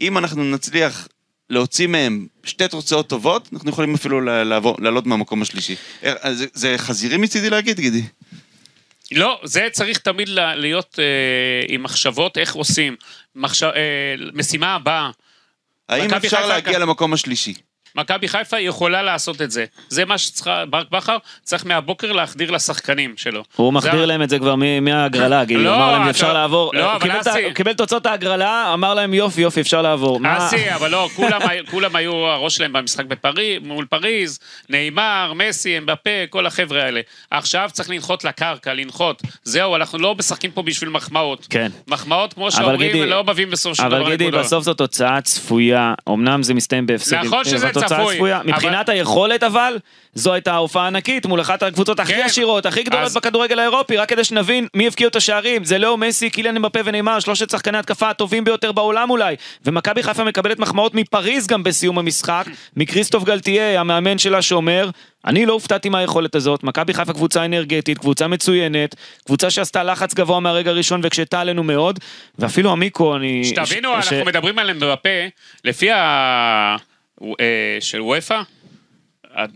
אם אנחנו נצליח להוציא מהם שתי תוצאות טובות, אנחנו יכולים אפילו ל- לעבור- לעלות מהמקום השלישי. אה, זה- זה חזירי מצידי להגיד, גידי.
לא, זה צריך תמיד ל- להיות אה, עם מחשבות איך עושים. מחש- אה, משימה הבאה,
האם
מכבי
אפשר
חיפה-
להגיע למקום השלישי?
מכבי חיפה יכולה לעשות את זה. זה מה שצריכה, ברק בכר צריך מהבוקר להחדיר לשחקנים שלו.
הוא
זה
מחדיר
ה-
להם את זה כבר מ- מההגרלה, גיל,
לא,
הוא אמר להם
אתה-
אפשר לעבור,
לא,
אה,
אבל
קיבל את ה-
אסי-
הוא קיבל תוצאות ההגרלה, אמר להם יופי יופי אפשר לעבור. מה-
אסי, אבל לא, כולם, היו- כולם היו, הראש שלהם במשחק בפרי, מול פריז, נאמר, מסי, אמבפה, כל החבר'ה האלה. עכשיו צריך לנחות לקרקע, לנחות. זהו, אנחנו לא משחקים פה בשביל מחמאות.
כן.
מחמאות, כמו
גידי-
שאומרים, לא מביאים בסוף של דבר
אבל גידי,
נקודות.
בסוף זו תוצאה צפויה, אמנם זה מסתיים אה, בהפסד,
נכון שזה צפוי, אבל-
מבחינת היכולת אבל, זו הייתה ההופעה הענקית מול אחת הקבוצות הכי
כן.
עשירות, הכי גדולות
אז-
בכדורגל האירופי, רק כדי שנבין מי הבקיעו את השערים, זה לאו מסי, קיליאן אמבפה ונאמר, שלושת שחקני התקפה הטובים ביותר בעולם אולי, ומכבי חיפה מקבלת מחמאות מפריז גם בסיום המשחק, מקריסטוף גלטיה, המאמן שלה שאומר, אני לא הופתעתי מהיכולת הזאת, מכבי חיפה קבוצה אנרגטית, קבוצה מצוינת, קבוצה שעשתה לחץ גבוה מהרגע הראשון והקשתה עלינו מאוד, ואפילו המיקרו, אני...
שתבינו,
ש-
אנחנו מדברים עליהם בפה, לפי ה... אה, של וופא,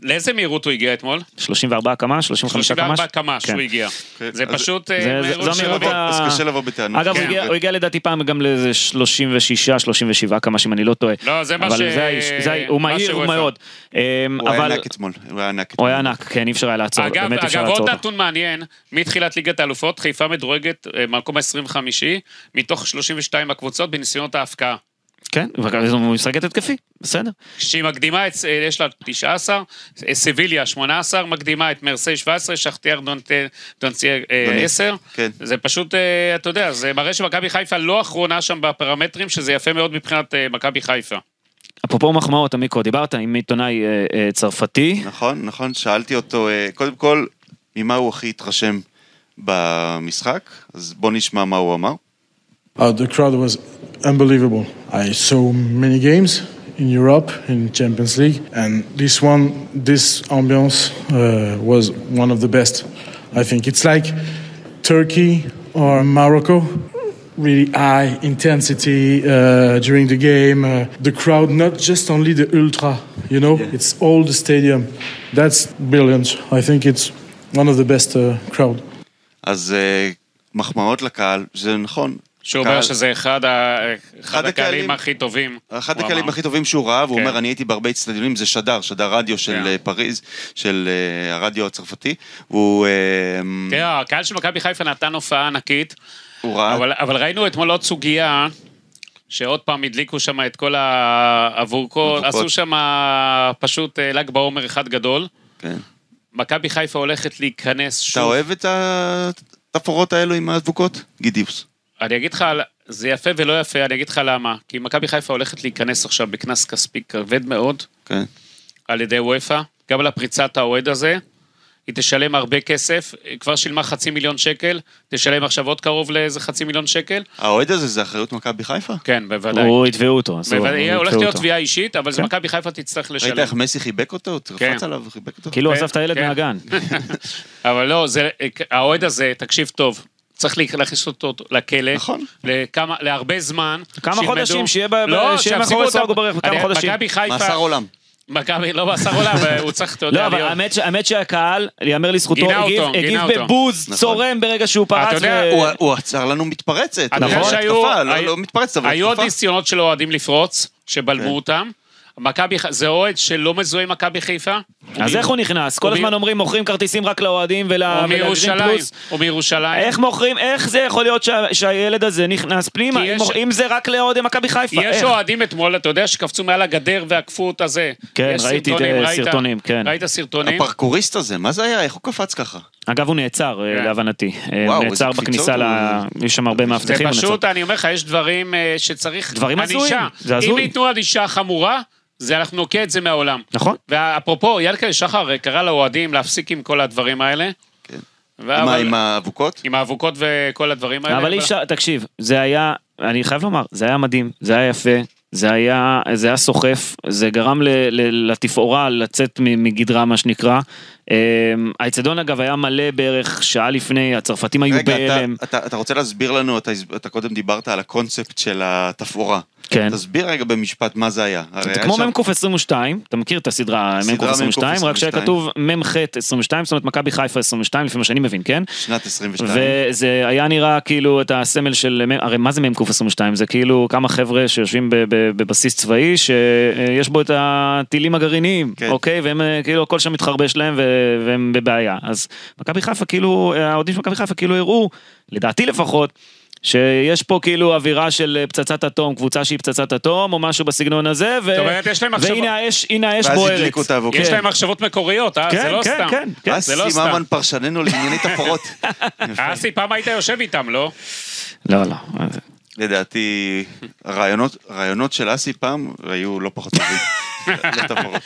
לאיזה מהירות הוא הגיע אתמול?
34 קמ"ש, 35 קמ"ש.
34 קמ"ש
כן.
הוא הגיע.
כן,
זה
אז-
פשוט
זה-
אה,
זה- זו
מהירות של
המהירות
אוויר.
ה-
אז קשה לבוא בטענות.
אגב, הוא
כן.
הגיע- הוא הגיע לדעתי פעם גם לאיזה 36, 37 קמ"ש, אם אני לא טועה.
לא, זה מה
אבל
ש-
זה האיש, זה האיש, הוא
מה
מהיר
שהוא עשה.
מאוד. אמ,
הוא היה
אבל-
ענק אתמול, הוא היה ענק
הוא
אתמול.
היה ענק, כן, אי אפשר היה לעצור,
אגב,
באמת אי אפשר
אגב
לעצור
עוד
אותו.
נתון מעניין, מתחילת ליגת האלופות, חיפה מדורגת אה, במקום ה-25, מתוך 32 הקבוצות בניסיונות ההפקעה.
כן, וגם הוא משחקת התקפי, בסדר.
כשהיא מקדימה, את, אה, יש לה 19, אה, סביליה 18, מקדימה את מרסיי 17, שכתיאר דונט- דונציה אה,
דוני.
10.
כן.
זה פשוט, אה, אתה יודע, זה מראה שמכבי חיפה לא אחרונה שם בפרמטרים, שזה יפה מאוד מבחינת אה, מכבי חיפה.
אפרופו מחמאות, עמיקו, דיברת עם עיתונאי אה, אה, צרפתי.
נכון, נכון, שאלתי אותו, אה, קודם כל, ממה הוא הכי התרשם במשחק, אז בוא נשמע מה הוא אמר.
Uh, the crowd was unbelievable. I saw many games in Europe, in Champions League, and this one, this ambiance uh, was one of the best. I think it's like Turkey or Morocco. Really high intensity uh, during the game. Uh, the crowd, not just only the ultra, you know, it's all the stadium. That's brilliant. I think it's one of the best uh, crowd.
אז אה, מחמאות לקהל, זה נכון,
שהוא אומר
קהל-
שזה אחד ה- אחד הקהלים
הקהלים-
הכי טובים.
אחד
הוא
הקהלים
אמר.
הכי טובים שהוא ראה, והוא
כן.
אומר, אני הייתי בהרבה אצטדיונים, זה שדר, שדר רדיו
כן.
של אה, פריז, של אה, הרדיו הצרפתי, והוא אה,
תראה, כן, הקהל של מכבי חיפה נתן הופעה ענקית,
הוא ראה...
אבל, אבל ראינו אתמול עוד סוגיה, שעוד פעם הדליקו שם את כל האבוקות,
אבוקות.
עשו שם פשוט אה, ל"ג בעומר אחד גדול.
כן.
מכבי חיפה הולכת להיכנס שוב.
אתה אוהב את התפאורות האלו עם האבוקות? גידיוס.
אני אגיד לך, על- זה יפה ולא יפה, אני אגיד לך למה. כי מכבי חיפה הולכת להיכנס עכשיו בקנס כספי כבד מאוד,
כן.
על ידי וופא, גם על הפריצת האוהד הזה. היא תשלם הרבה כסף, היא כבר שילמה חצי מיליון שקל, תשלם עכשיו עוד קרוב לאיזה חצי מיליון שקל.
האוהד הזה זה אחריות מכבי חיפה?
כן, בוודאי.
הוא יתבעו אותו, אסור.
בוודאי,
יתבעו
אה, הולכת
אותו.
להיות תביעה אישית, אבל זה
כן.
מכבי חיפה תצטרך
ראית
לשלם.
איך מסי חיבק אותו? הוא קפץ
כן.
עליו וחיבק אותו?
כאילו הוא
כן,
אסף את הילד
כן.
מהגן.
אבל לא, זה- האוהד הזה, תקשיב טוב, צריך להכניס אותו לכלא.
נכון.
לכמה- להרבה זמן.
כמה
שילמדו-
חודשים, שיהיה ב- אה,
לא,
שיהיה
שיפסיקו
מאחורי סורג
אותם.
ובריח, כמה
אני-
חודשים.
מכבי חיפה...
מאסר עולם.
מכבי, לא מאסר עולם, הוא צריך, אתה
לא,
יודע,
אבל
להיות...
האמת ש- האמת שהקהל, יאמר לזכותו,
גינה
הגיב-
אותו,
הגיב
גינה אותו.
נכון.
בבוז צורם ברגע שהוא פרץ.
אתה יודע,
ו-
הוא- הוא עצר לנו מתפרצת.
אה, אתה יודע
נכון?
שהיו-
התקפה, לא-
היו-
לא מתפרצת, אבל
היו עוד
התקפה.
ניסיונות של אוהדים לפרוץ, שבלמו
כן.
אותם. מכבי ח- זה אוהד שלא מזוהה עם מכבי חיפה. אוקיי.
אז איך הוא נכנס? כל
הוא מ-
הזמן אומרים, מוכרים כרטיסים רק לאוהדים ול...
הוא
ולגרין
מירושלים.
פלוס.
הוא מירושלים.
איך מוכרים, איך זה יכול להיות שה- שהילד הזה נכנס פנימה,
כי
אם
יש-
מוכ- אם זה רק לאוהדי מכבי חיפה,
יש
איך?
אוהדים אתמול, אתה יודע, שקפצו מעל הגדר ועקפו אותה זה.
כן,
יש
ראיתי
סרטונים,
את, אה,
ראית?
סרטונים, כן.
ראית סרטונים?
הפרקוריסט הזה, מה זה היה? איך הוא קפץ ככה?
אגב, הוא נעצר, אה,
כן.
להבנתי. אה, הוא
וואו, איזה
נעצר
קפיצות
בכניסה ל...
הוא-
יש שם הרבה
זה
מאבטחים. הוא נעצר.
פשוט, אני אומר לך, יש דברים אה, שצריך
דברים הזויים,
ענישה.
זה הזוי.
אם ייתנו ענישה חמורה, זה אנחנו נוקע את זה מהעולם.
נכון.
ואפרופו, ילקה שחר אה, קרא לאוהדים להפסיק עם כל הדברים האלה.
כן.
ואבל-
מה, עם האבוקות?
אה, עם האבוקות וכל הדברים האלה.
אבל אי אפשר, תקשיב, זה היה, אני חייב לומר, זה היה מדהים, זה היה יפה, זה היה, זה היה סוחף, זה גרם ל- ל- לתפאורה לצאת מ- מגדרה, מה שנקרא. אה, האצטדיון אגב היה מלא בערך שעה לפני, הצרפתים היו
רגע, אתה-
בהלם.
אתה אתה רוצה להסביר לנו, אתה הסב- אתה קודם דיברת על הקונספט של התפאורה.
כן.
תסביר רגע במשפט מה זה היה. הרי
זה
היה
כמו
שם-
מ"ק 22, אתה מכיר את הסדרה מ"ק
סדרה מ"ק
22, רק שהיה
22.
כתוב מ"ח 22, זאת אומרת מכבי חיפה 22, לפי מה שאני מבין, כן?
שנת 22.
וזה היה נראה כאילו את הסמל של, הרי מה זה מ"ק 22? זה כאילו כמה חבר'ה שיושבים ב- ב- בבסיס צבאי שיש בו את הטילים הגרעיניים,
כן.
אוקיי? והם אה, כאילו הכל שם מתחרבש להם ו- והם בבעיה. אז מכבי חיפה כאילו, האוהדים של מכבי חיפה כאילו הראו, לדעתי לפחות, שיש פה כאילו אווירה של אה, פצצת אטום, קבוצה שהיא פצצת אטום או משהו בסגנון הזה, ו-
זאת אומרת, יש להם מחשבה-
והנה האש, הנה האש
ואז
בוערת.
הדליקו את האבוקות.
יש
כן.
להם מחשבות מקוריות, אה? זה
כן,
לא
כן,
סתם.
כן, כן.
אסי
זה לא סתם.
ממן פרשננו לענייני תפאורות.
אסי, פעם אה, היית יושב איתם, לא?
לא, לא.
לדעתי, הרעיונות הרעיונות של אסי פעם היו לא פחות טובים. לתפאורות.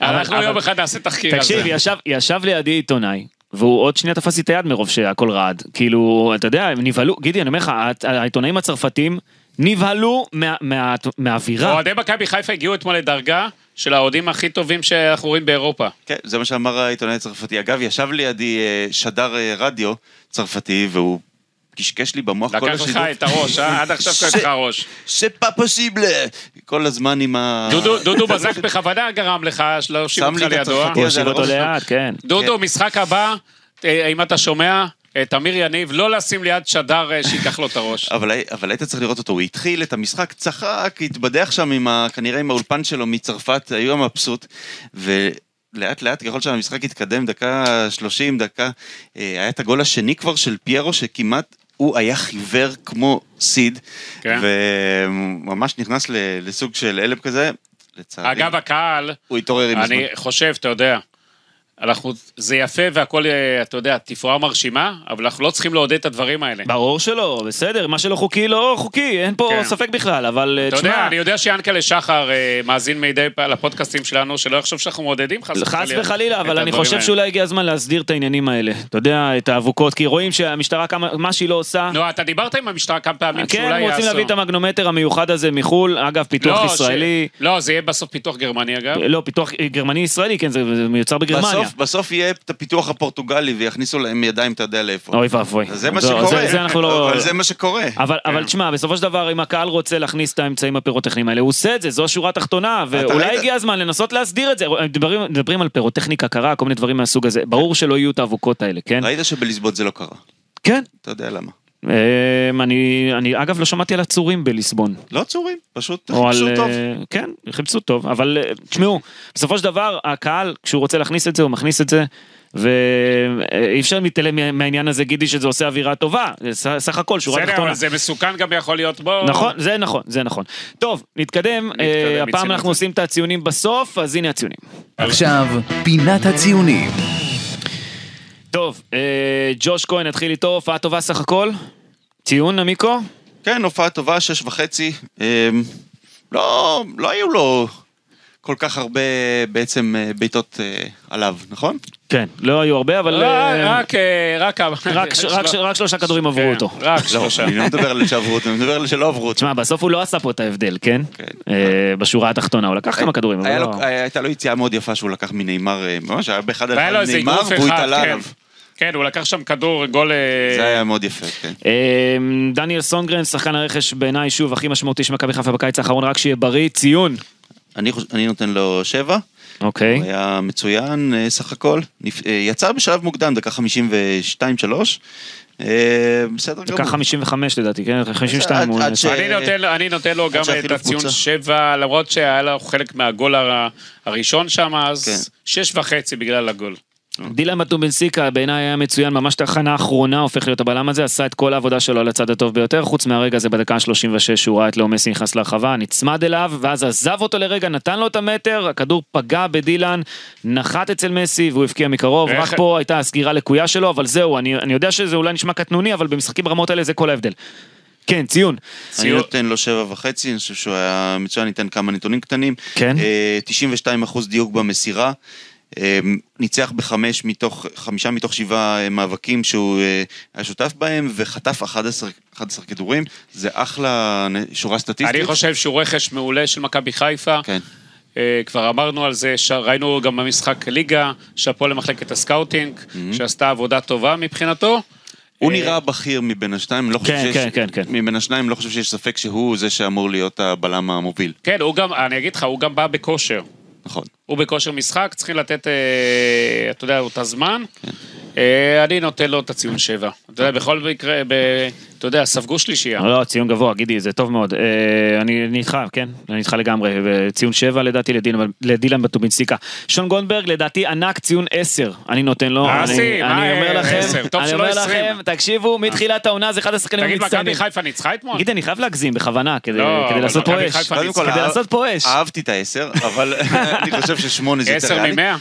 אבל-
אנחנו
אבל-
יום אחד נעשה תחקיר על זה.
תקשיב, ישב, ישב לידי עיתונאי. והוא עוד שנייה תפס לי את היד מרוב שהכל רעד. כאילו, אתה יודע, הם נבהלו, גידי, אני אומר לך, הע- העיתונאים הצרפתים נבהלו מה- מה- מהאווירה.
אוהדי מכבי חיפה הגיעו אתמול לדרגה של האוהדים הכי טובים שאנחנו רואים באירופה.
כן, זה מה שאמר העיתונאי הצרפתי. אגב, ישב לידי אה, שדר אה, רדיו צרפתי, והוא קשקש לי במוח כל
לקח
השידור.
לך את הראש, אה? עד עכשיו קח
ש-
לך הראש.
זה פה פוסיבלה! כל הזמן עם ה...
דודו- דודו בזק בכוונה גרם לך, שלא יושיב
אה. שם
אותך
לי את
לידו. אה?
הצרפתי.
הוא הושיב אותו
זה
ליד, כן.
דודו, משחק הבא, אה, אם אתה שומע, אה, תמיר יניב, לא לשים ליד שדר אה, שייקח לו את הראש.
אבל, הי- אבל היית צריך לראות אותו, הוא התחיל את המשחק, צחק, התבדח שם עם ה, כנראה עם האולפן שלו מצרפת, היו היה מבסוט, ולאט לאט ככל שהמשחק התקדם, דקה 30, דקה, אה, היה את הגול השני כבר של פיירו, שכמעט הוא היה חיוור כמו סיד,
כן.
וממש נכנס ל, לסוג של הלם כזה, לצערי,
אגב, הקהל,
הוא התעורר עם הזמן.
אני חושב, אתה יודע, אנחנו, זה יפה והכל, אה, אתה יודע, תפאורה מרשימה, אבל אנחנו לא צריכים לעודד את הדברים האלה.
ברור שלא, בסדר, מה שלא חוקי לא חוקי, אין פה
כן.
ספק בכלל, אבל אה,
אתה יודע,
תשמע,
אני יודע שיענקלה שחר אה, מאזין מדי פעם לפודקאסטים שלנו, שלא יחשוב שאנחנו מעודדים חס
חס
וחלילה.
וחלילה,
לא את
אבל אני
הדברים
חושב
האלה.
שאולי הגיע הזמן להסדיר את העניינים האלה. אתה יודע, את האבוקות, כי רואים שהמשטרה, כמה- מה שהיא לא עושה...
נו, אתה דיברת עם המשטרה כמה פעמים שאולי
כן,
יעשו.
רוצים להביא את המגנומטר המיוחד הזה מחו"ל, אגב,
לא,
פיתוח
ש-
ישראלי.
לא, זה יהיה בסוף פיתוח גרמני אגב.
לא, פיתוח גרמני-ישראלי, כן, זה זה מיוצר בגרמניה.
בסוף, בסוף יהיה את הפיתוח הפורטוגלי ויכניסו להם ידיים, אתה יודע לאיפה.
אוי ואבוי.
אז זה מה
זו-
שקורה,
זה- זה אנחנו לא...
אבל זה כן. מה שקורה.
אבל, אבל תשמע, בסופו של דבר, אם הקהל רוצה להכניס את האמצעים הפירוטכניים האלה, הוא עושה את זה, זו השורה התחתונה, ואולי
ראית?
הגיע הזמן לנסות להסדיר את זה. מדברים, מדברים על פירוטכניקה קרה, כל מיני דברים מהסוג הזה. ברור שלא יהיו את האבוקות האלה, כן?
ראית שבלסבוט זה לא קרה,
כן.
אתה יודע למה.
אמ, אני, אני אגב לא שמעתי על עצורים בליסבון.
לא עצורים, פשוט
או
חיפשו
על,
טוב.
אה, כן, חיפשו טוב, אבל אה, תשמעו, בסופו של דבר הקהל, כשהוא רוצה להכניס את זה, הוא מכניס את זה. ואי אפשר להתעלם מה- מהעניין הזה, גידי, שזה עושה אווירה טובה, זה ס- סך הכל, שורה
בסדר,
תחתונה.
אבל זה מסוכן גם יכול להיות בו.
נכון, זה נכון, זה נכון. טוב, נתקדם, אה,
נתקדם,
הפעם
מיצינו את
אנחנו
זה.
עושים את הציונים בסוף, אז הנה הציונים.
עכשיו, פינת הציונים.
טוב, אה, ג'וש כהן, נתחיל איתו, הופעה טובה סך הכל? ציון, עמיקו?
כן, הופעה טובה, שש וחצי. אמ, לא, לא היו לו כל כך הרבה בעצם אה, בעיטות אה, עליו, נכון?
כן. לא היו הרבה, אבל...
רק,
אה,
רק, אה, רק, ה- לא.
רק ש- רק ש- רק שלושה כדורים עברו
כן,
אותו.
רק שלושה.
אני לא מדבר על אלה שעברו אותו, אני מדבר על אלה שלא עברו אותו.
תשמע, בסוף הוא לא עשה פה את ההבדל, כן?
כן.
אה, בשורה התחתונה, הוא לקח כמה כדורים, אבל
היה
לא...
לו- הייתה לו יציאה מאוד יפה שהוא לקח מנעימר, אה, ממש היה באחד על
והיה לו
אחד
איזה
נעימר
אגרוף
והוא
אחד,
התעלה
כן.
עליו.
כן, הוא לקח שם כדור, גול... אה,
זה היה מאוד יפה, כן.
אה, דניאל סונגרן, שחקן הרכש בעיניי, שוב, הכי משמעותי של מכבי חיפה בקיץ האחרון, רק שיהיה בריא, ציון.
אני חוש- אני נותן לו שבע.
אוקיי.
הוא היה מצוין אה, סך הכל, נפ- אה, יצא בשלב מוקדם, דקה 52-3, אה, בסדר גמור.
דקה 55 לדעתי, כן? 52 הוא...
עד- עד ש-
אני נותן, לו- אני נותן לו גם את
שהחילוף
הציון
בוצע.
שבע, למרות שהיה לו חלק מהגול הר- הראשון שם, אז
כן.
שש וחצי בגלל הגול.
דילן מטומבנסיקה בעיניי היה מצוין, ממש תחנה האחרונה הופך להיות הבלם הזה, עשה את כל העבודה שלו על הצד הטוב ביותר, חוץ מהרגע הזה בדקה ה-36 שהוא ראה את לאו מסי נכנס לרחבה, נצמד אליו, ואז עזב אותו לרגע, נתן לו את המטר, הכדור פגע בדילן, נחת אצל מסי והוא הבקיע מקרוב,
ואיך-
רק פה הייתה הסגירה לקויה שלו, אבל זהו, אני, אני יודע שזה אולי נשמע קטנוני, אבל במשחקים ברמות האלה זה כל ההבדל. כן, ציון.
אני
ציון-
נותן לו שבע וחצי, אני חושב שהוא היה מצוין, ניתן כמה נתונים קטנים.
כן.
אה, 92 אחוז דיוק במסירה. אה, ניצח בחמש מתוך, חמישה מתוך שבעה אה, מאבקים שהוא אה, היה שותף בהם, וחטף 11, 11 כדורים. זה אחלה נ- שורה סטטיסטית.
אני חושב שהוא רכש מעולה של מכבי חיפה.
כן.
אה, כבר אמרנו על זה, ש- ראינו גם במשחק ליגה, שאפו למחלקת הסקאוטינג, שעשתה עבודה טובה מבחינתו.
הוא
אה,
נראה בכיר מבין השניים, לא חושב
כן,
שיש,
כן, כן, כן.
מבין השניים לא חושב שיש ספק שהוא זה שאמור להיות הבלם המוביל.
כן, הוא גם, אני אגיד לך, הוא גם בא בכושר.
נכון.
הוא בכושר משחק, צריכים לתת, אה, אתה יודע, את הזמן.
כן.
אה, אני נותן לו את הציון שבע. אתה יודע, בכל מקרה, ב- אתה יודע, ספגו שלישייה.
לא, ציון גבוה, גידי, זה טוב מאוד. אה, אני אני איתך, כן, אני איתך לגמרי. ציון 7 לדעתי לדילן- לדילן בטובינסיקה. שון גולדברג, לדעתי ענק, ציון 10. אני נותן לו.
אה,
אני
עשי, מה,
אני אומר
אה,
לכם,
10? טוב
אני
שלא
אומר
20.
לכם, תקשיבו, מתחילת העונה זה אחד השחקנים
תגיד, מכבי
המצטיינים.
חיפה ניצחה אתמול?
גידי, אני חייב להגזים בכוונה, כדי
לא,
כדי
אבל
לעשות פה
מכבי
אש.
חיפה
קודם כל,
ניצחה.
כדי לעשות אה, פה אש.
אהבתי את העשר, אבל אני חושב ששמונה זה יותר
עשר
ריאלי.
ממאה?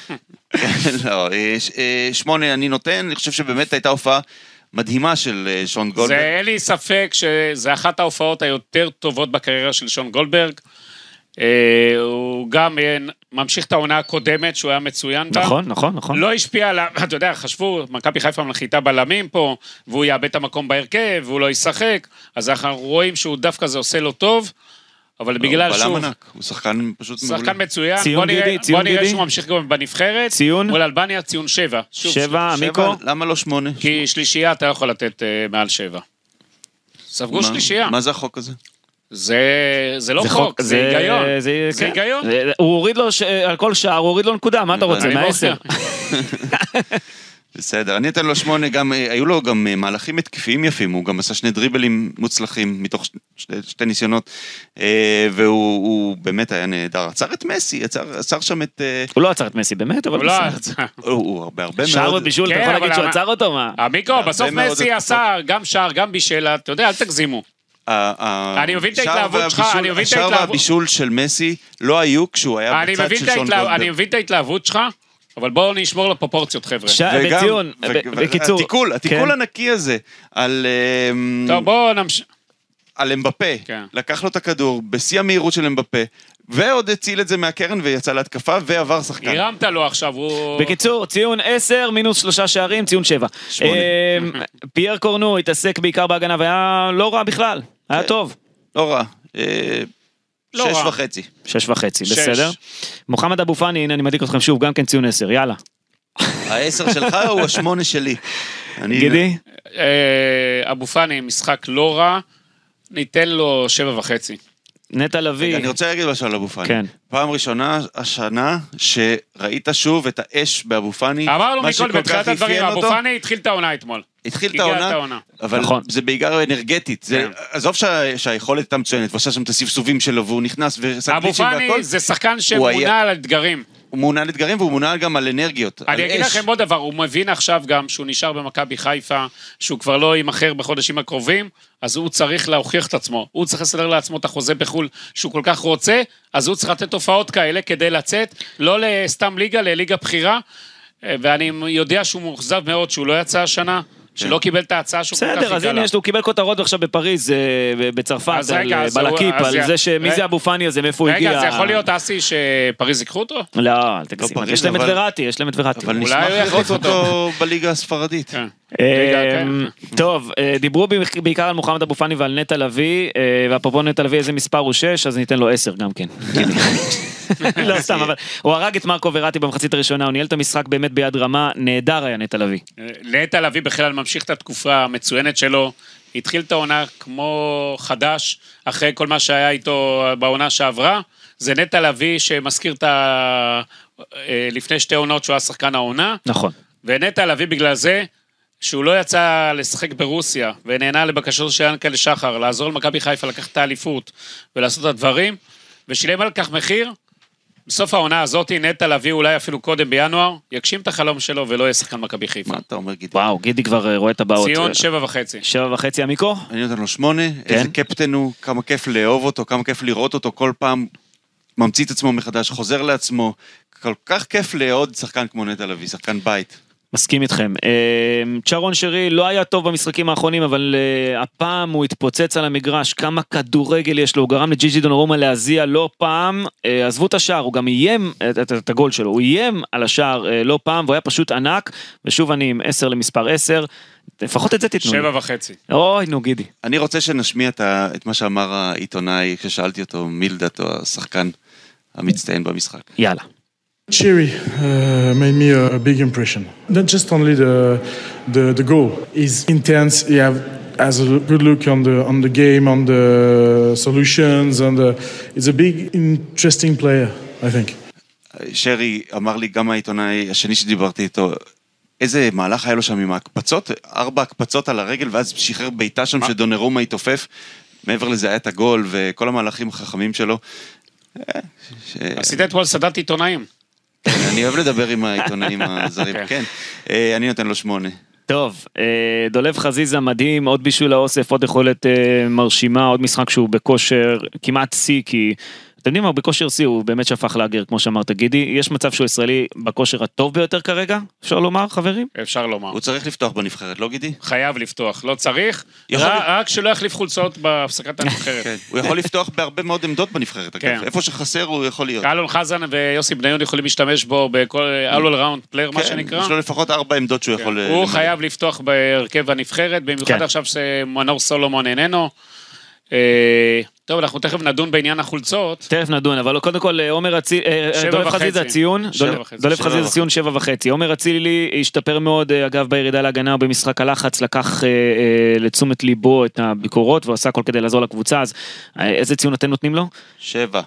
לא, אה, ש- אה, שמונה אני נותן, אני חושב שבאמת הייתה הופעה מדהימה של אה, שון
זה
גולדברג.
אין לי ספק שזה אחת ההופעות היותר טובות בקריירה של שון גולדברג. אה, הוא גם אה, ממשיך את העונה הקודמת שהוא היה מצוין בה.
נכון, נכון, נכון.
לא השפיע על ה... אתה יודע, חשבו, מכבי חיפה מנחיתה בלמים פה, והוא יאבד את המקום בהרכב, והוא לא ישחק, אז אנחנו רואים שהוא דווקא זה עושה לו טוב, אבל בגלל
הוא
שהוא...
בלם ענק, הוא שחקן פשוט מעולה.
שחקן מצוין,
ציון
בוא נראה,
גידי, ציון
בוא נראה
גידי.
שהוא ממשיך גם בנבחרת.
ציון?
מול אלבניה ציון שבע. שוב,
שבע,
שבע,
מיקו.
למה לא שמונה?
כי שלישייה אתה לא יכול לתת אה, מעל שבע. ספגו
מה-
שלישייה.
מה זה החוק הזה?
זה, זה לא חוק, זה, היגיון.
זה,
זה
כן.
היגיון. לא
זה- הוא הוריד לו, ש- על כל שער הוא הוריד לו נקודה, מה אתה רוצה?
אני
מהעשר.
בסדר, אני אתן לו שמונה, גם, אה, היו לו גם אה, מהלכים התקפיים יפים, הוא גם עשה שני דריבלים מוצלחים מתוך ש- שתי, שתי ניסיונות, אה, והוא הוא באמת היה נהדר. עצר את מסי, עצר, עצר שם את... אה,
הוא לא עצר את מסי, באמת, אבל
הוא לא...
בסדר.
הוא, הוא הרבה הרבה
שער
מאוד... אה,
ובישול, אתה
כן,
יכול
אבל
להגיד שהוא
למה-
עצר אותו? מה?
המיקרו,
הרבה
בסוף
מאוד
מסי
התקפות.
עשה גם שער, גם בישל, אתה יודע, אל תגזימו.
ה- ה-
אני מבין את
השער
ההתלהבות שלך,
אה, והבישול-
אני מבין את
השער
ההתלהבות.
והבישול של מסי לא היו כשהוא היה
אני
בצד
מבין
של
את
שון
ההתלה-
גולדברג.
אני מבין את ההתלהבות שלך, אבל בואו נשמור לפרופורציות, חבר'ה.
ש- בציון,
ו-
ב-
ו-
בקיצור.
התיקול, התיקול
כן.
הנקי הזה, על... אמ,
טוב, בואו נמשיך.
על אמבפה,
כן.
לקח לו את הכדור בשיא המהירות של אמבפה, ועוד הציל את זה מהקרן ויצא להתקפה, ועבר שחקן.
הרמת לו עכשיו, הוא...
בקיצור, ציון 10 מינוס שלושה שערים, ציון 7.
שמונה.
פייר קורנו התעסק בעיקר בהגנה והיה לא רע בכלל, היה טוב.
לא רע. אה,
לא
שש
רע.
וחצי.
שש וחצי,
שש.
בסדר? מוחמד אבו פאני, הנה אני מדליק אתכם שוב, גם כן ציון 10, יאללה.
העשר שלך הוא השמונה שלי. אני- לא-
גידי?
אה, אבו פאני, משחק לא רע, ניתן לו שבע וחצי.
נטע לביא.
רגע, אני רוצה להגיד משהו על אבו פאני.
כן.
פעם ראשונה השנה שראית שוב את האש באבו פאני.
אמרנו
מה
מכל
שכל
בתחילת
כך
הדברים,
אפיין
אבו
אותו.
פאני התחיל את העונה אתמול.
התחיל את
הגיע את
העונה,
העונה.
אבל
נכון.
זה בעיקר אנרגטית. זה-
כן.
עזוב שה- שהיכולת הייתה מצוינת, והוא עשה שם את הסבסובים שלו, והוא נכנס ועשה
אבו
גליצ'ים
פאני
והכל.
זה שחקן
הוא היה-
שמונה על אתגרים.
הוא מעוניין על אתגרים והוא מעוניין גם על אנרגיות. על
אני אגיד
אש.
לכם עוד דבר, הוא מבין עכשיו גם שהוא נשאר במכבי חיפה, שהוא כבר לא יימכר בחודשים הקרובים, אז הוא צריך להוכיח את עצמו. הוא צריך לסדר לעצמו את החוזה בחו"ל שהוא כל כך רוצה, אז הוא צריך לתת תופעות כאלה כדי לצאת, לא לסתם ליגה, לליגה בכירה, אה, ואני יודע שהוא מאוכזב מאוד שהוא לא יצא השנה, שלא קיבל את ההצעה שהוא כל כך
כן. בסדר, אז
חיכה לה.
הנה, יש לו- הוא קיבל כותרות עכשיו בפריז, אה, ב- בצרפת,
אז
על
רגע,
אה,
אז הוא-
בלקיפ,
אז
על
יא-
זה שמי
רגע.
זה אבו פאני הזה, מאיפה הוא הגיע.
רגע, זה יכול להיות אסי שפריז ייקחו אותו?
לא, אל תגזים.
לא פריז,
יש להם את
אבל-
וראטי, יש להם את וראטי.
אבל
אולי
נשמח
הוא יחליף
לראות
אותו.
אותו בליגה הספרדית.
כן. רגע, כן.
אמ, טוב, אה, דיברו ב- בעיקר על מוחמד אבו פאני ועל נטע לביא, אה, ואפרופו נטע לביא איזה מספר הוא 6, אז ניתן לו 10 גם כן. לא סתם, אבל הוא הרג את מרקו וראטי במחצית הראשונה, הוא ניהל את המשחק באמת ביד רמה, נהדר היה נטע לביא.
נטע לביא בכלל ממשיך את התקופה המצוינת שלו, התחיל את העונה כמו חדש, אחרי כל מה שהיה איתו בעונה שעברה. זה נטע לביא שמזכיר את ה... אה, לפני שתי עונות שהוא היה שחקן העונה,
נכון.
ונטע לביא בגלל זה שהוא לא יצא לשחק ברוסיה, ונענה לבקשתו של ינקל שחר, לעזור למכבי חיפה לקחת את האליפות ולעשות את הדברים, ושילם על כך מחיר. בסוף העונה הזאת, נטע לביא אולי אפילו קודם בינואר, יגשים את החלום שלו ולא יהיה שחקן מכבי חיפה.
מה אתה אומר, גידי?
וואו, גידי כבר אה, רואה את הבאות.
ציון
אה,
שבע וחצי.
שבע וחצי עמיקו?
אני נותן לו שמונה,
כן?
איזה קפטן הוא, כמה כיף לאהוב אותו, כמה כיף לראות אותו כל פעם, ממציא את עצמו מחדש, חוזר לעצמו. כל כך כיף לעוד שחקן כמו נטע לביא, שחקן בית.
מסכים איתכם. אה, צ'רון שרי לא היה טוב במשחקים האחרונים, אבל אה, הפעם הוא התפוצץ על המגרש, כמה כדורגל יש לו, הוא גרם לג'יג'י דונרומה להזיע לא פעם, אה, עזבו את השער, הוא גם איים את, את, את הגול שלו, הוא איים על השער אה, לא פעם, והוא היה פשוט ענק, ושוב אני עם 10 למספר 10, לפחות את זה תיתנו.
שבע
לי.
וחצי.
אוי, נו גידי.
אני רוצה שנשמיע את, ה, את מה שאמר העיתונאי כששאלתי אותו מי לדעתו השחקן המצטיין במשחק.
יאללה.
Chiri uh, made me a, a big impression. Not just only the the, the goal. He's intense. He have, has a good look on the on the game, on the solutions, and the, it's a big, interesting player. I think.
שרי אמר לי, גם העיתונאי השני שדיברתי איתו, איזה מהלך היה לו שם עם ההקפצות, ארבע הקפצות על הרגל, ואז שחרר בעיטה שם שדונרומה התעופף. מעבר לזה היה את הגול וכל המהלכים החכמים שלו. אה, ש-
עשית אתמול סדנת עיתונאים.
אני אוהב לדבר עם העיתונאים
אוקיי.
הזרים, כן. אה, אני נותן לו שמונה.
טוב, אה, דולב חזיזה מדהים, עוד בישול האוסף, עוד יכולת אה, מרשימה, עוד משחק שהוא בכושר כמעט שיא, כי אתם יודעים מה, הוא בכושר שיא, הוא באמת שפך לאגר, כמו שאמרת גידי, יש מצב שהוא ישראלי בכושר הטוב ביותר כרגע, אפשר לומר, חברים?
אפשר לומר.
הוא צריך לפתוח בנבחרת, לא גידי?
חייב לפתוח, לא צריך.
יכול
רק-
להיות.
רק שלא יחליף חולצות בהפסקת הנבחרת.
הוא יכול לפתוח בהרבה מאוד עמדות בנבחרת,
כן.
אגב. איפה שחסר הוא יכול להיות.
אלון חזן ויוסי בניון יכולים להשתמש בו בכל all around player, מה
כן,
שנקרא. כן.
יש לו לפחות ארבע עמדות שהוא יכול... אה,
הוא
למלא.
חייב לפתוח בהרכב הנבחרת, במיוחד
כן.
עכשיו שמנור סולומון איננו. אה, טוב, אנחנו תכף נדון בעניין החולצות.
תכף נדון, אבל קודם כל אה, עומר אצילי, אה, אה,
שבע
דולב
וחצי.
חזיזה ציון,
שבע
דולב-
וחצי.
דולב
שבע
חזיזה
וחצי.
ציון שבע וחצי, עומר אצילי השתפר מאוד, אה, אגב בירידה להגנה ובמשחק הלחץ, לקח אה, אה, לתשומת ליבו את הביקורות ועשה הכל כדי לעזור לקבוצה, אז אה, איזה ציון אתם נותנים לו?
שבע.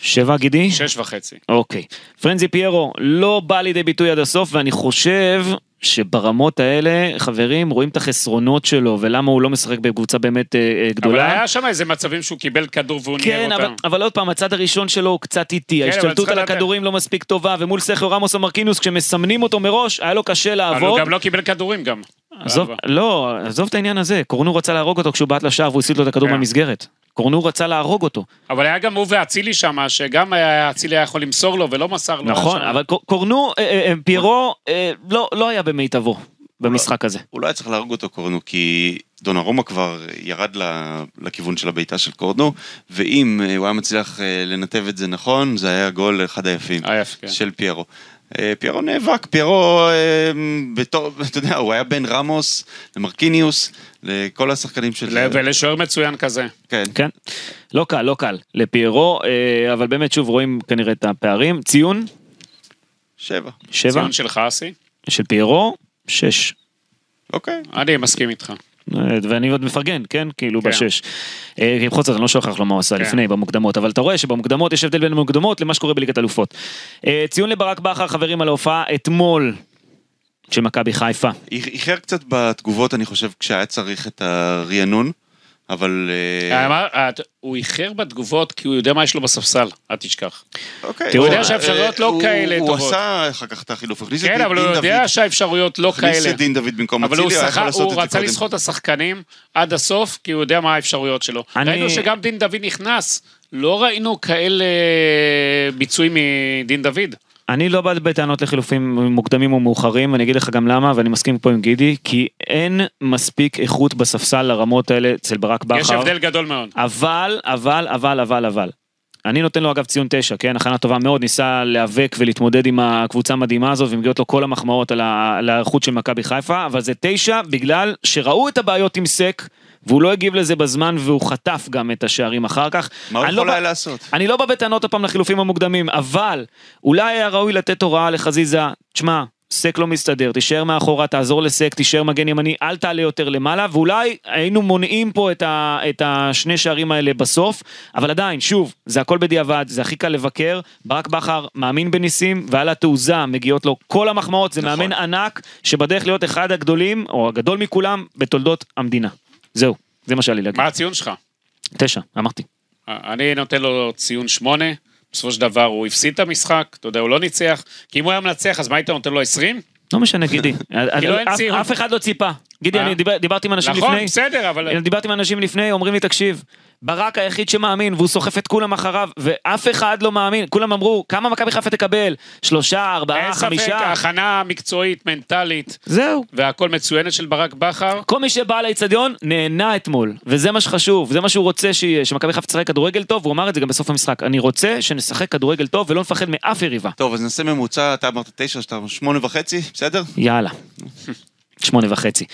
שבע גידי?
שש וחצי.
אוקיי. פרנזי פיירו לא בא לידי ביטוי עד הסוף, ואני חושב שברמות האלה, חברים, רואים את החסרונות שלו, ולמה הוא לא משחק בקבוצה באמת אה, אה,
אבל
גדולה.
היה שם איזה מצבים שהוא קיבל כדור והוא ניער
כן, אבל,
אותם. כן,
אבל עוד פעם, הצד הראשון שלו הוא קצת איטי,
אבל
ההשתלטות
צריך
על
לדעת-
הכדורים לא מספיק טובה, ומול סכיו רמוס או מרקינוס, כשמסמנים אותו מראש, היה לו קשה
אבל הוא
לעבוד.
גם לא קיבל כדורים גם.
עזוב, לא, עזוב את העניין הזה, קורנו רצה להרוג אותו כשהוא בעט לשער והוא הסיט לו את הכדור
כן.
מהמסגרת. קורנו רצה להרוג אותו.
אבל היה גם הוא ואצילי שם, שגם היה- אצילי היה יכול למסור לו ולא מסר לו.
נכון,
היה שם.
אבל קור- קורנו, אה, אה, אה, פיירו, אה, לא לא היה במיטבו במשחק הזה.
הוא לא היה צריך להרוג אותו קורנו, כי דונרומה כבר ירד ל- לכיוון של הבעיטה של קורנו, ואם אה, הוא היה מצליח אה, לנתב את זה נכון, זה היה גול אחד היפים
היה יפה, כן.
של פיירו. אה, פיירו נאבק, פיירו, אה, בתור, אתה יודע, הוא היה בין רמוס למרקיניוס, לכל השחקנים של... אה,
ל- ולשוער מצוין כזה.
כן.
כן. לא קל, לא קל לפיירו, אה, אבל באמת שוב רואים כנראה את הפערים. ציון,
שבע.
שבע,
ציון שלך, אסי?
של פיירו, שש. אה,
אוקיי.
אני מסכים איתך.
ואני עוד מפרגן, כן? כאילו
כן.
בשש. אה, כי בכל זאת, אני לא שוכח לו מה הוא עשה
כן.
לפני, במוקדמות, אבל אתה רואה שבמוקדמות יש הבדל בין המוקדמות למה שקורה בליגת אלופות. אה, ציון לברק בכר, חברים, על ההופעה אתמול של מכבי חיפה.
איחר קצת בתגובות, אני חושב, כשהיה צריך את הרענון, אבל... אה,
אמר, את- הוא איחר בתגובות כי הוא יודע מה יש לו בספסל, אל תשכח.
אוקיי,
תראו, הוא יודע
אה,
שהאפשרויות לא
הוא-
כאלה
הוא
טובות.
עשה אחר כך את החילוף, הכניס את
כן, אבל הוא
דין
יודע
דוד,
שהאפשרויות לא
הכניס
כאלה.
את דין דוד במקום
אבל
אצילי,
הוא,
הוא היה יכול
שחה,
לעשות את
הוא
זה
רצה
קודם.
לסחוט את השחקנים עד הסוף, כי הוא יודע מה האפשרויות שלו.
אני-
ראינו שגם דין דוד נכנס, לא ראינו כאלה ביצועים מדין דוד.
אני לא בא בטענות לחילופים מוקדמים ומאוחרים, אני אגיד לך גם למה, ואני מסכים פה עם גידי, כי אין מספיק איכות בספסל לרמות האלה אצל ברק בכר.
יש הבדל גדול מאוד.
נכון.
אבל, אבל, אבל, אבל, אבל. אני נותן לו אגב ציון תשע, כן? הכנה טובה מאוד, ניסה להיאבק ולהתמודד עם הקבוצה המדהימה הזאת, ומגיעות לו כל המחמאות על ה- על ההיערכות של מכבי חיפה, אבל זה תשע בגלל שראו את הבעיות עם סק, והוא לא הגיב לזה בזמן, והוא חטף גם את השערים אחר כך.
מה הוא
אני לא
יכול היה
בא-
לעשות?
אני לא בא בטענות הפעם לחילופים המוקדמים, אבל אולי היה ראוי לתת הוראה לחזיזה, תשמע, סק לא מסתדר, תישאר מאחורה, תעזור לסק, תישאר מגן ימני, אל תעלה יותר למעלה, ואולי היינו מונעים פה את, ה, את השני שערים האלה בסוף, אבל עדיין, שוב, זה הכל בדיעבד, זה הכי קל לבקר, ברק בכר מאמין בניסים, ועל התעוזה מגיעות לו כל המחמאות, זה
נכון.
מאמן ענק, שבדרך להיות אחד הגדולים, או הגדול מכולם, בתולדות המדינה. זהו, זה מה שהיה לי להגיד.
מה הציון שלך?
תשע, אמרתי.
אני נותן לו ציון שמונה, בסופו של דבר הוא הפסיד את המשחק, אתה יודע, הוא לא ניצח, כי אם הוא היה מנצח, אז מה היית נותן לו 20?
לא משנה, גידי.
כאילו אין
אף-
ציון.
אף אחד לא ציפה. גידי,
אה?
אני דיבר- דיברתי עם אנשים לפני.
נכון, בסדר, אבל...
דיברתי עם אנשים לפני, אומרים לי, תקשיב, ברק היחיד שמאמין, והוא סוחף את כולם אחריו, ואף אחד לא מאמין. כולם אמרו, כמה מכבי חיפה תקבל? שלושה,
אין
ארבעה,
ספק,
חמישה.
הכנה מקצועית, מנטלית,
זהו.
והכל מצוינת של ברק בכר.
כל מי שבא לאיצטדיון נהנה אתמול, וזה מה שחשוב, זה מה שהוא רוצה שיהיה, שמכבי חיפה תשחק כדורגל טוב, הוא אמר את זה גם בסוף המשחק. אני רוצה שנשחק כדורגל טוב ולא נפחד מאף יריבה.
טוב, אז נעשה ממוצע, אתה אמרת תשע, שאתה שמונה וחצי, בסדר?
יאללה. שמונה וחצי.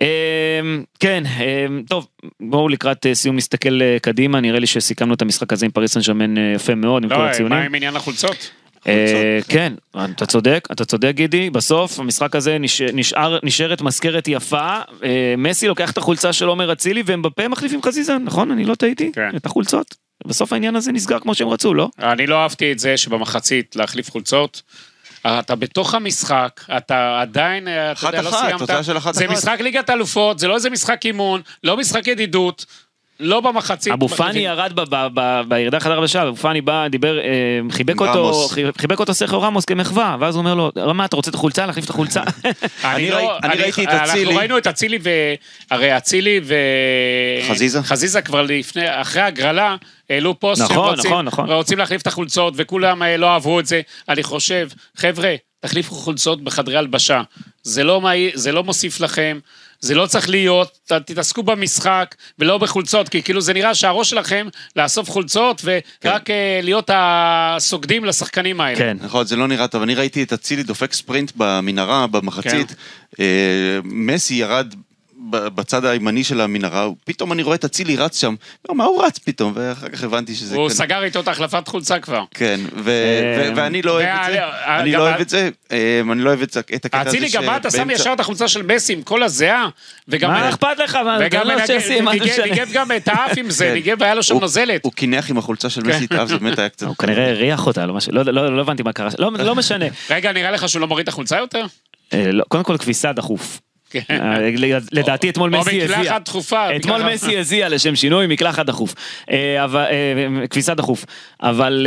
אמ, כן, אמ, טוב, בואו לקראת אה, סיום נסתכל אה, קדימה, נראה לי שסיכמנו את המשחק הזה עם פריס סן ז'רמן אה, יפה מאוד, עם
לא,
כל
מה
הציונים.
עם עניין החולצות?
אה, כן, אתה צודק, אתה צודק גידי, בסוף המשחק הזה נש- נשאר- נשארת מזכרת יפה, אה, מסי לוקח את החולצה של עומר אצילי והם בפה מחליפים חזיזה, נכון? אני לא טעיתי?
כן.
את החולצות. בסוף העניין הזה נסגר כמו שהם רצו, לא?
אני לא אהבתי את זה שבמחצית להחליף חולצות. אה, אתה בתוך המשחק, אתה עדיין, אתה יודע, לא
אחת,
סיימת.
תוצאה של אחת
זה
אחת.
משחק ליגת אלופות, זה לא איזה משחק אימון, לא משחק ידידות, לא במחצית.
אבו פאני
מחליפים.
ירד ב- ב- ב- בירידה חדר בשער, אבו פאני בא, דיבר, אה, חיבק אותו,
רמוס.
חי- חיבק אותו סרחיו רמוס כמחווה, ואז הוא אומר לו, מה אתה רוצה את החולצה? להחליף את החולצה?
אני
לא-
ראי- אני ראיתי את אצילי.
אנחנו ראינו את אצילי ו... הרי אצילי ו...
חזיזה.
חזיזה כבר לפני, אחרי הגרלה, העלו פוסט שהם
נכון,
רוצים-
נכון, נכון.
רוצים להחליף את החולצות, וכולם אה, לא אהבו את זה. אני חושב, חבר'ה, תחליפו חולצות בחדרי הלבשה. זה לא, מה... זה לא מוסיף לכם, זה לא צריך להיות, ת... תתעסקו במשחק ולא בחולצות, כי כאילו זה נראה שהראש שלכם לאסוף חולצות ורק אה, להיות הסוגדים לשחקנים האלה.
כן.
נכון, זה לא נראה טוב. אני ראיתי את אצילי דופק ספרינט במנהרה, במחצית.
כן.
אה, מסי ירד ב- בצד הימני של המנהרה, פתאום אני רואה את אצילי רץ שם. לא, מה הוא רץ פתאום? ואחר כך הבנתי שזה...
הוא
כנראה-
סגר איתו את החלפת חולצה כבר.
כן, ו- ו- ואני לא אוהב את זה,
וה- אה,
אני
גם
לא
ה-
אוהב את זה, אה, אני לא אוהב את זה- את הקטע הזה
אצילי גם בא, אתה שם
שבאמצע-
ישר את החולצה של מסי עם כל הזיעה, וגם...
מה אכפת לך? מה, תן
וגם
לו
מנגב-
שישים, מה זה לא
ניגב-
משנה?
ניגב גם את האף עם זה,
כן.
ניגב היה לו שם
הוא-
נוזלת. כן.
הוא קינח עם החולצה של מסי, את האף, זה באמת היה קצת...
הוא כנראה הריח אותה, לא משהו- לא- לא לא הבנתי מה קרה, לא- לא משנה.
רגע, נראה לך שהוא לא מוריד את החולצה יותר?
כן.
אה, לא, קודם כל כביסה דחוף.
כן.
אה, לדעתי אתמול
או
מסי
מקלחת
הזיע.
דחופה,
אתמול
מקלחת.
מסי הזיע לשם שינוי, מקלחת דחוף. אה, אבל- אה, כביסה דחוף. אבל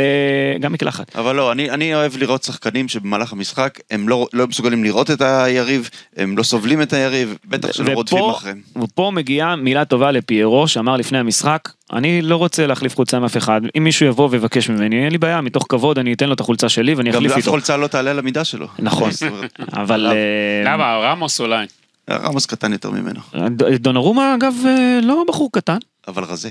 אה, גם מקלחת.
אבל לא, אני, אני אוהב לראות שחקנים שבמהלך המשחק הם לא, לא מסוגלים לראות את היריב, הם לא סובלים את היריב, בטח שלא רודפים אחריהם.
ופה מגיעה מילה טובה לפיירו שאמר לפני המשחק, אני לא רוצה להחליף חולצה עם אף אחד, אם מישהו יבוא ויבקש ממני, אין לי בעיה, מתוך כבוד אני אתן לו את החולצה שלי ואני
גם
אחליף
אף
איתו.
חולצה לא תעלה על המידה שלו.
נכון,
זאת אומרת,
אבל אה,
למה, רמוס אולי.
רמוס קטן יותר ממנו,
ד- דונרומה אגב אה, לא בחור קטן,
אבל רזה.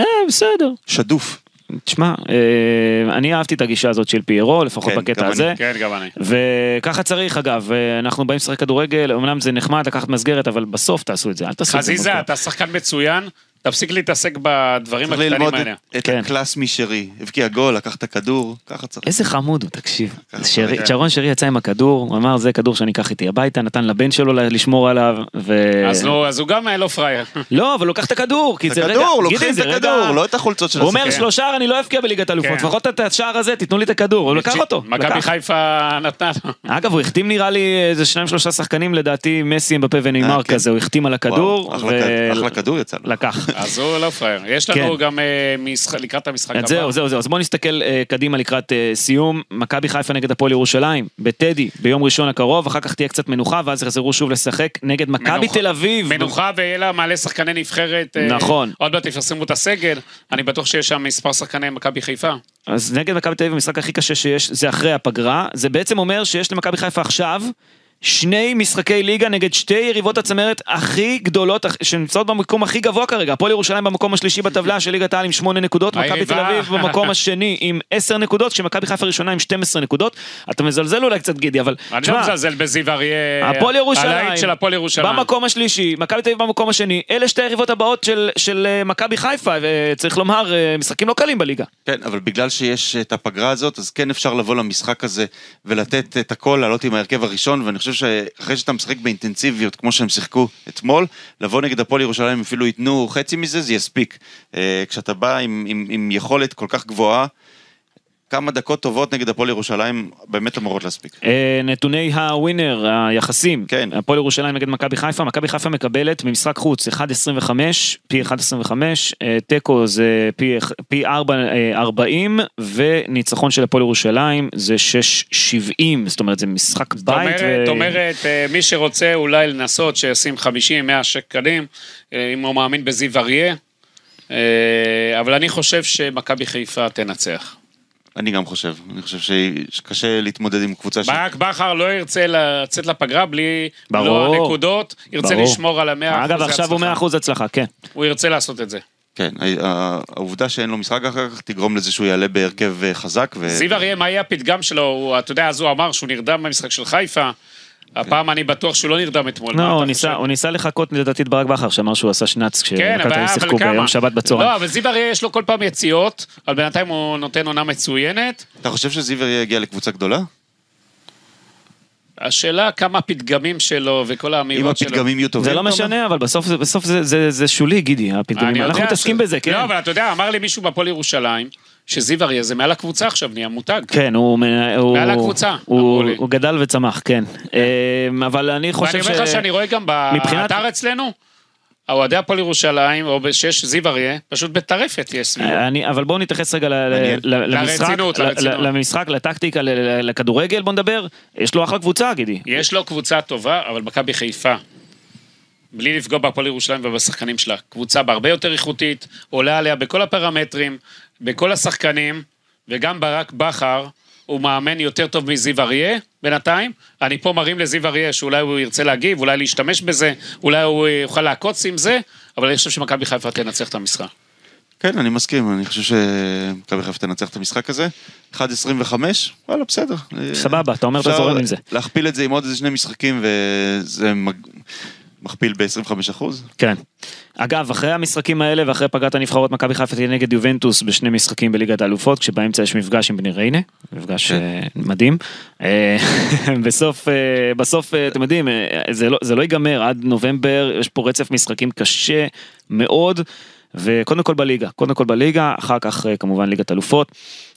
אה, בסדר.
שדוף.
תשמע, אה, אני אהבתי את הגישה הזאת של פיירו, לפחות
כן,
בקטע
גם אני.
הזה.
כן, גם אני.
וככה צריך אגב, אה, אנחנו באים לשחק כדורגל, אמנם זה נחמד לקחת מסגרת, אבל בסוף תעשו את זה, אל תעשו את זה.
חזיזה,
במקום.
אתה שחקן מצוין, תפסיק להתעסק בדברים
צריך
הקטנים
ללמוד
האלה.
את- את
כן.
הקלאס משרי. הבקיע גול, לקח את הכדור, ככה צריך.
איזה חמוד הוא, תקשיב.
ככה,
שרי,
כן.
שרון שרי יצא עם הכדור, הוא אמר זה כדור שאני אקח איתי הביתה, נתן לבן שלו ל- לשמור עליו, ו...
כן.
אז לא, אז הוא גם אה, לא פראייר.
לא, אבל הוא לקח את הכדור, כי
את
זה רגע...
הכדור,
גידי,
לוקחים את
זה רגע-
הכדור, לא את החולצות של
הוא אומר
השחקן.
שלושה אני לא אבקיע בליגת אלופות,
כן.
לפחות את השער הזה תיתנו לי את הכדור, הוא לקח אותו. לקח.
מכבי חיפה נתנה לו.
אגב, הוא החתים נראה לי איזה שניים שלושה שחקנים לדעתי, מסי, בפה ונאמר
אה, כן.
כזה, הוא החתים על הכדור.
וואו, אחלה
ו-
כד- אחלה כדור יצא לו.
לקח.
אז הוא לא פראייר. יש לנו
כן.
גם אה, משחק- לקראת המשחק הבא.
אז זהו, זהו, זהו. אז בואו נסתכל אה, קדימה לקראת אה, סיום. מכבי חיפה נגד הפועל ירושלים, בטדי, ביום ראשון הקרוב, אחר כך תהיה קצת מנוחה, ואז יחזרו שוב לשחק נגד מכבי
מנוחה-
תל אביב.
מנוחה ויהיה לה מלא שחקני נבחרת. אה,
נכון.
עוד מעט יפרסמו את הסגל. אני בטוח שיש שם מספר שחקני מכבי חיפה.
אז נגד מכבי תל אביב המשחק הכי קשה שיש זה אחרי הפגרה, זה בעצם אומר שיש למכבי חיפה עכשיו שני משחקי ליגה נגד שתי יריבות הצמרת הכי גדולות אח- שנמצאות במקום הכי גבוה כרגע, הפועל ירושלים במקום השלישי בטבלה של ליגת העל עם 8 נקודות, מכבי תל
היריבה.
אביב במקום השני עם 10 נקודות, כשמכבי חיפה ראשונה עם 12 נקודות, אתה מזלזל אולי קצת גידי, אבל
אני
תשמע,
לא מזלזל בזיו אריה.
אה, הפועל ירושלים,
הלהיט של הפועל ירושלים.
במקום השלישי, מכבי תל אביב במקום השני, אלה שתי היריבות הבאות של, של אה, מכבי חיפה, וצריך לומר, אה, משחקים לא קלים בליגה.
כן, אבל בגלל שיש את הפגרה הזאת, אז כן אפשר לבוא למשחק הזה ולתת אה, את הכל, לעלות עם ההרכב הראשון, ואני חושב שאחרי שאתה משחק באינטנסיביות, כמו שהם שיחקו אתמול, לבוא נגד הפועל ירושלים, אם אפילו ייתנו חצי מזה, זה יספיק. אה, כשאתה בא עם, עם, עם יכולת כל כך גבוהה, כמה דקות טובות נגד הפועל ירושלים באמת אמורות להספיק.
אה, נתוני הווינר, היחסים,
כן.
הפועל ירושלים נגד מכבי חיפה, מכבי חיפה מקבלת במשחק חוץ 1.25, פי 1.25, אה, תיקו זה פי, אח- פי 4.40, וניצחון של הפועל ירושלים זה 6.70, זאת אומרת זה משחק
זאת
בית.
אומרת, זאת אומרת, אה, מי שרוצה אולי לנסות, שישים 50, 100 שקלים, אה, אם הוא מאמין בזיו אריה. אה, אבל אני חושב שמכבי חיפה תנצח.
אני גם חושב, אני חושב שהיא- שקשה להתמודד עם קבוצה ש...
ברק בכר לא ירצה לצאת לפגרה בלי
ברור.
לא הנקודות, ירצה
ברור.
לשמור על המאה
אגב, עכשיו הוא 100% הצלחה, כן.
הוא ירצה לעשות את זה.
כן, ה- ה- העובדה שאין לו משחק אחר כך תגרום לזה שהוא יעלה בהרכב אה, חזק. ו-
זיו אריה, מה יהיה הפתגם שלו? הוא- אתה יודע, אז הוא אמר שהוא נרדם במשחק של חיפה. הפעם אני בטוח שהוא לא נרדם אתמול. מה
לא,
אתה
הוא
חושב?
ניסה, הוא ניסה לחקות לדעתי את ברק בכר, שאמר שהוא עשה שנץ
כן,
כשמכבי תל
אבל,
אביב
אבל
שיחקו
כמה?
ביום שבת
לא,
בצהריים.
אבל זיו אריה יש לו כל פעם יציאות, אבל בינתיים הוא נותן עונה מצוינת.
אתה חושב שזיו אריה יגיע לקבוצה גדולה?
השאלה כמה הפתגמים שלו וכל
אם
האמירות שלו.
הפתגמים יהיו טובים?
זה לא
אתה אומר?
משנה, אבל בסוף זה- בסוף זה- זה זה שולי, גידי,
אני
הפתגמים.
יודע
אנחנו מתעסקים
ש-
בזה, כן.
לא, אבל אתה יודע, אמר לי מישהו בהפועל ירושלים, שזיו אריה זה מעל הקבוצה עכשיו, נהיה מותג.
כן, הוא... מנ- הוא
ועל הקבוצה, אמרו
הוא,
לי.
הוא גדל וצמח, כן. אמ, אבל אני חושב
ואני
ש...
אומר לך שאני רואה גם
מבחינת-
באתר אצלנו, האוהדי הפועל ירושלים, או שיש זיו אריה, פשוט בטרפת יש סביבו.
אני, אבל בואו נתייחס רגע ל- ל-
מעניין.
ל- למשחק,
לרצינות,
ל-
לרצינות.
ל- למשחק, לטקטיקה, ל- ל- לכדורגל, בואו נדבר. יש לו אחלה קבוצה, גידי.
יש לו קבוצה טובה, אבל מכבי חיפה, בלי לפגוע בהפועל ירושלים ובשחקנים שלה, קבוצה בהרבה יותר איכותית, עולה עליה בכל הפרמטרים, בכל השחקנים, וגם ברק בכר, הוא מאמן יותר טוב מזיו אריה בינתיים. אני פה מרים לזיו אריה שאולי הוא ירצה להגיב, אולי להשתמש בזה, אולי הוא אה, יוכל לעקוץ עם זה, אבל אני חושב שמכבי חיפה תנצח את המשחק.
כן, אני מסכים, אני חושב שמכבי חיפה תנצח את המשחק הזה. 1.25, וואלה, בסדר.
סבבה, אתה אומר, אתה
אפשר
זורם עם זה.
להכפיל את זה עם עוד איזה שני משחקים, וזה מג- מכפיל ב-25 אחוז.
כן. אגב, אחרי המשחקים האלה ואחרי פגרת הנבחרות, מכבי חיפה תהיה נגד יובנטוס בשני משחקים בליגת האלופות, כשבאמצע יש מפגש עם בני ריינה, מפגש
כן.
אה, מדהים. אה, בסוף, אה, בסוף, אה, אתם יודעים, אה, זה לא- זה לא ייגמר עד נובמבר, יש פה רצף משחקים קשה מאוד. וקודם כל בליגה, קודם כל בליגה, אחר כך אה, כמובן ליגת אלופות.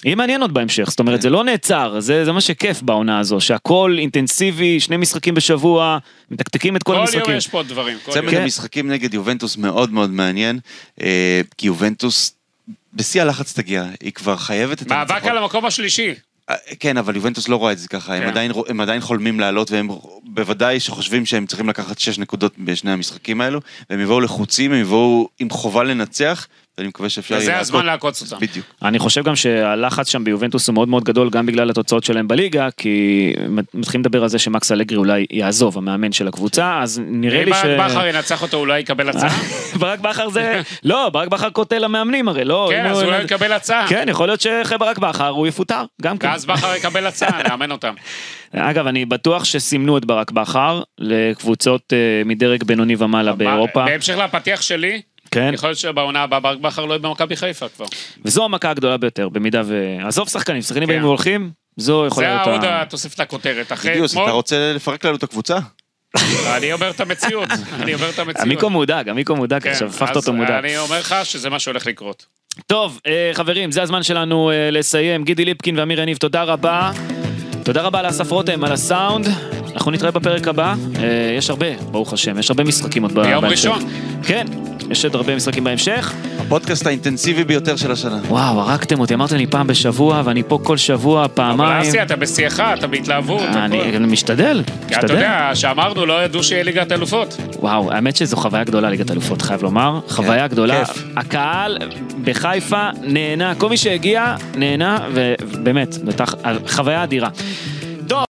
יהיה מעניין עוד בהמשך, זאת אומרת זה לא נעצר, זה, זה מה שכיף בעונה הזו, שהכל אינטנסיבי, שני משחקים בשבוע, מתקתקים את כל,
כל
המשחקים.
יום יש פה עוד דברים. כל יום.
צמד
כן.
המשחקים נגד יובנטוס מאוד מאוד מעניין, אה, כי יובנטוס... בשיא הלחץ תגיע, היא כבר חייבת את
מאבק
נכון.
הניצחון.
על המקום השלישי.
אה, כן, אבל יובנטוס לא רואה את זה ככה, הם
כן.
עדיין רוא- הם עדיין חולמים לעלות, והם בוודאי שחושבים שהם צריכים לקחת 6 נקודות בשני המשחקים האלו, והם יבואו לחוצים, הם יבואו עם חובה לנצח, ואני מקווה שאפשר
וזה
יהיה
הזמן לעקוץ אותם.
בדיוק.
אני חושב גם שהלחץ שם ביובנטוס הוא מאוד מאוד גדול גם בגלל התוצאות שלהם בליגה כי מתחילים לדבר על זה שמקס אלגרי אולי יעזוב המאמן של הקבוצה אז נראה
אם
לי ש...
אה, ברק בכר ינצח אותו אולי יקבל הצעה.
ברק בכר זה לא ברק בכר קוטל למאמנים הרי לא
כן,
אם
אז
הוא-
אולי הוא יקבל הצעה.
כן יכול להיות שאחרי ברק בכר הוא יפוטר גם כן
ואז בכר יקבל הצעה, נאמן אותם.
אגב אני בטוח שסימנו את ברק בכר לקבוצות אה, מדרג בינוני ומעלה באירופה
בהמשך לפתיח שלי,
כן.
כן, יכול להיות שבעונה הבאה ברק בכר לא יהיה במכבי חיפה כבר.
וזו המכה הגדולה ביותר, במידה ו... עזוב שחקנים, שחקנים באים
כן.
והולכים, זו יכולה
זה
להיות
עוד
ה...
התוספת הכותרת. אחרי
גיוס, אתה
אתמול,
רוצה לפרק לנו את הקבוצה?
אני אומר את המציאות. אני אומר את המציאות.
המיקרו מודאג, המיקרו מודאג
כן,
עכשיו, הפכת
אז
אותו מודאג.
אני אומר לך שזה מה שהולך לקרות.
טוב, אה, חברים, זה הזמן שלנו אה, לסיים. גידי ליפקין ואמיר יניב, תודה רבה. תודה רבה על אסף רותם, על הסאונד. אנחנו נתראה בפרק הבא. אה, יש הרבה, ברוך השם, יש הרבה משחקים עוד ב- בהמשך.
ביום ראשון.
כן, יש עוד הרבה משחקים בהמשך.
הפודקאסט האינטנסיבי ביותר של השנה.
וואו, הרגתם אותי, אמרתם לי פעם בשבוע, ואני פה כל שבוע,
אבל
פעמיים.
אסי, אתה בשיאך, אתה בהתלהבות,
אה,
הכל.
אני אני משתדל,
כי אתה
משתדל.
יודע, שאמרנו, לא ידעו שיהיה ליגת אלופות.
וואו, האמת שזו חוויה גדולה ליגת אלופות, חייב לומר. חוויה גדולה.
כיף.
הקהל בחיפה נהנה, כל מי שהגיע נהנה, ובאמת, זאת חוויה אדירה.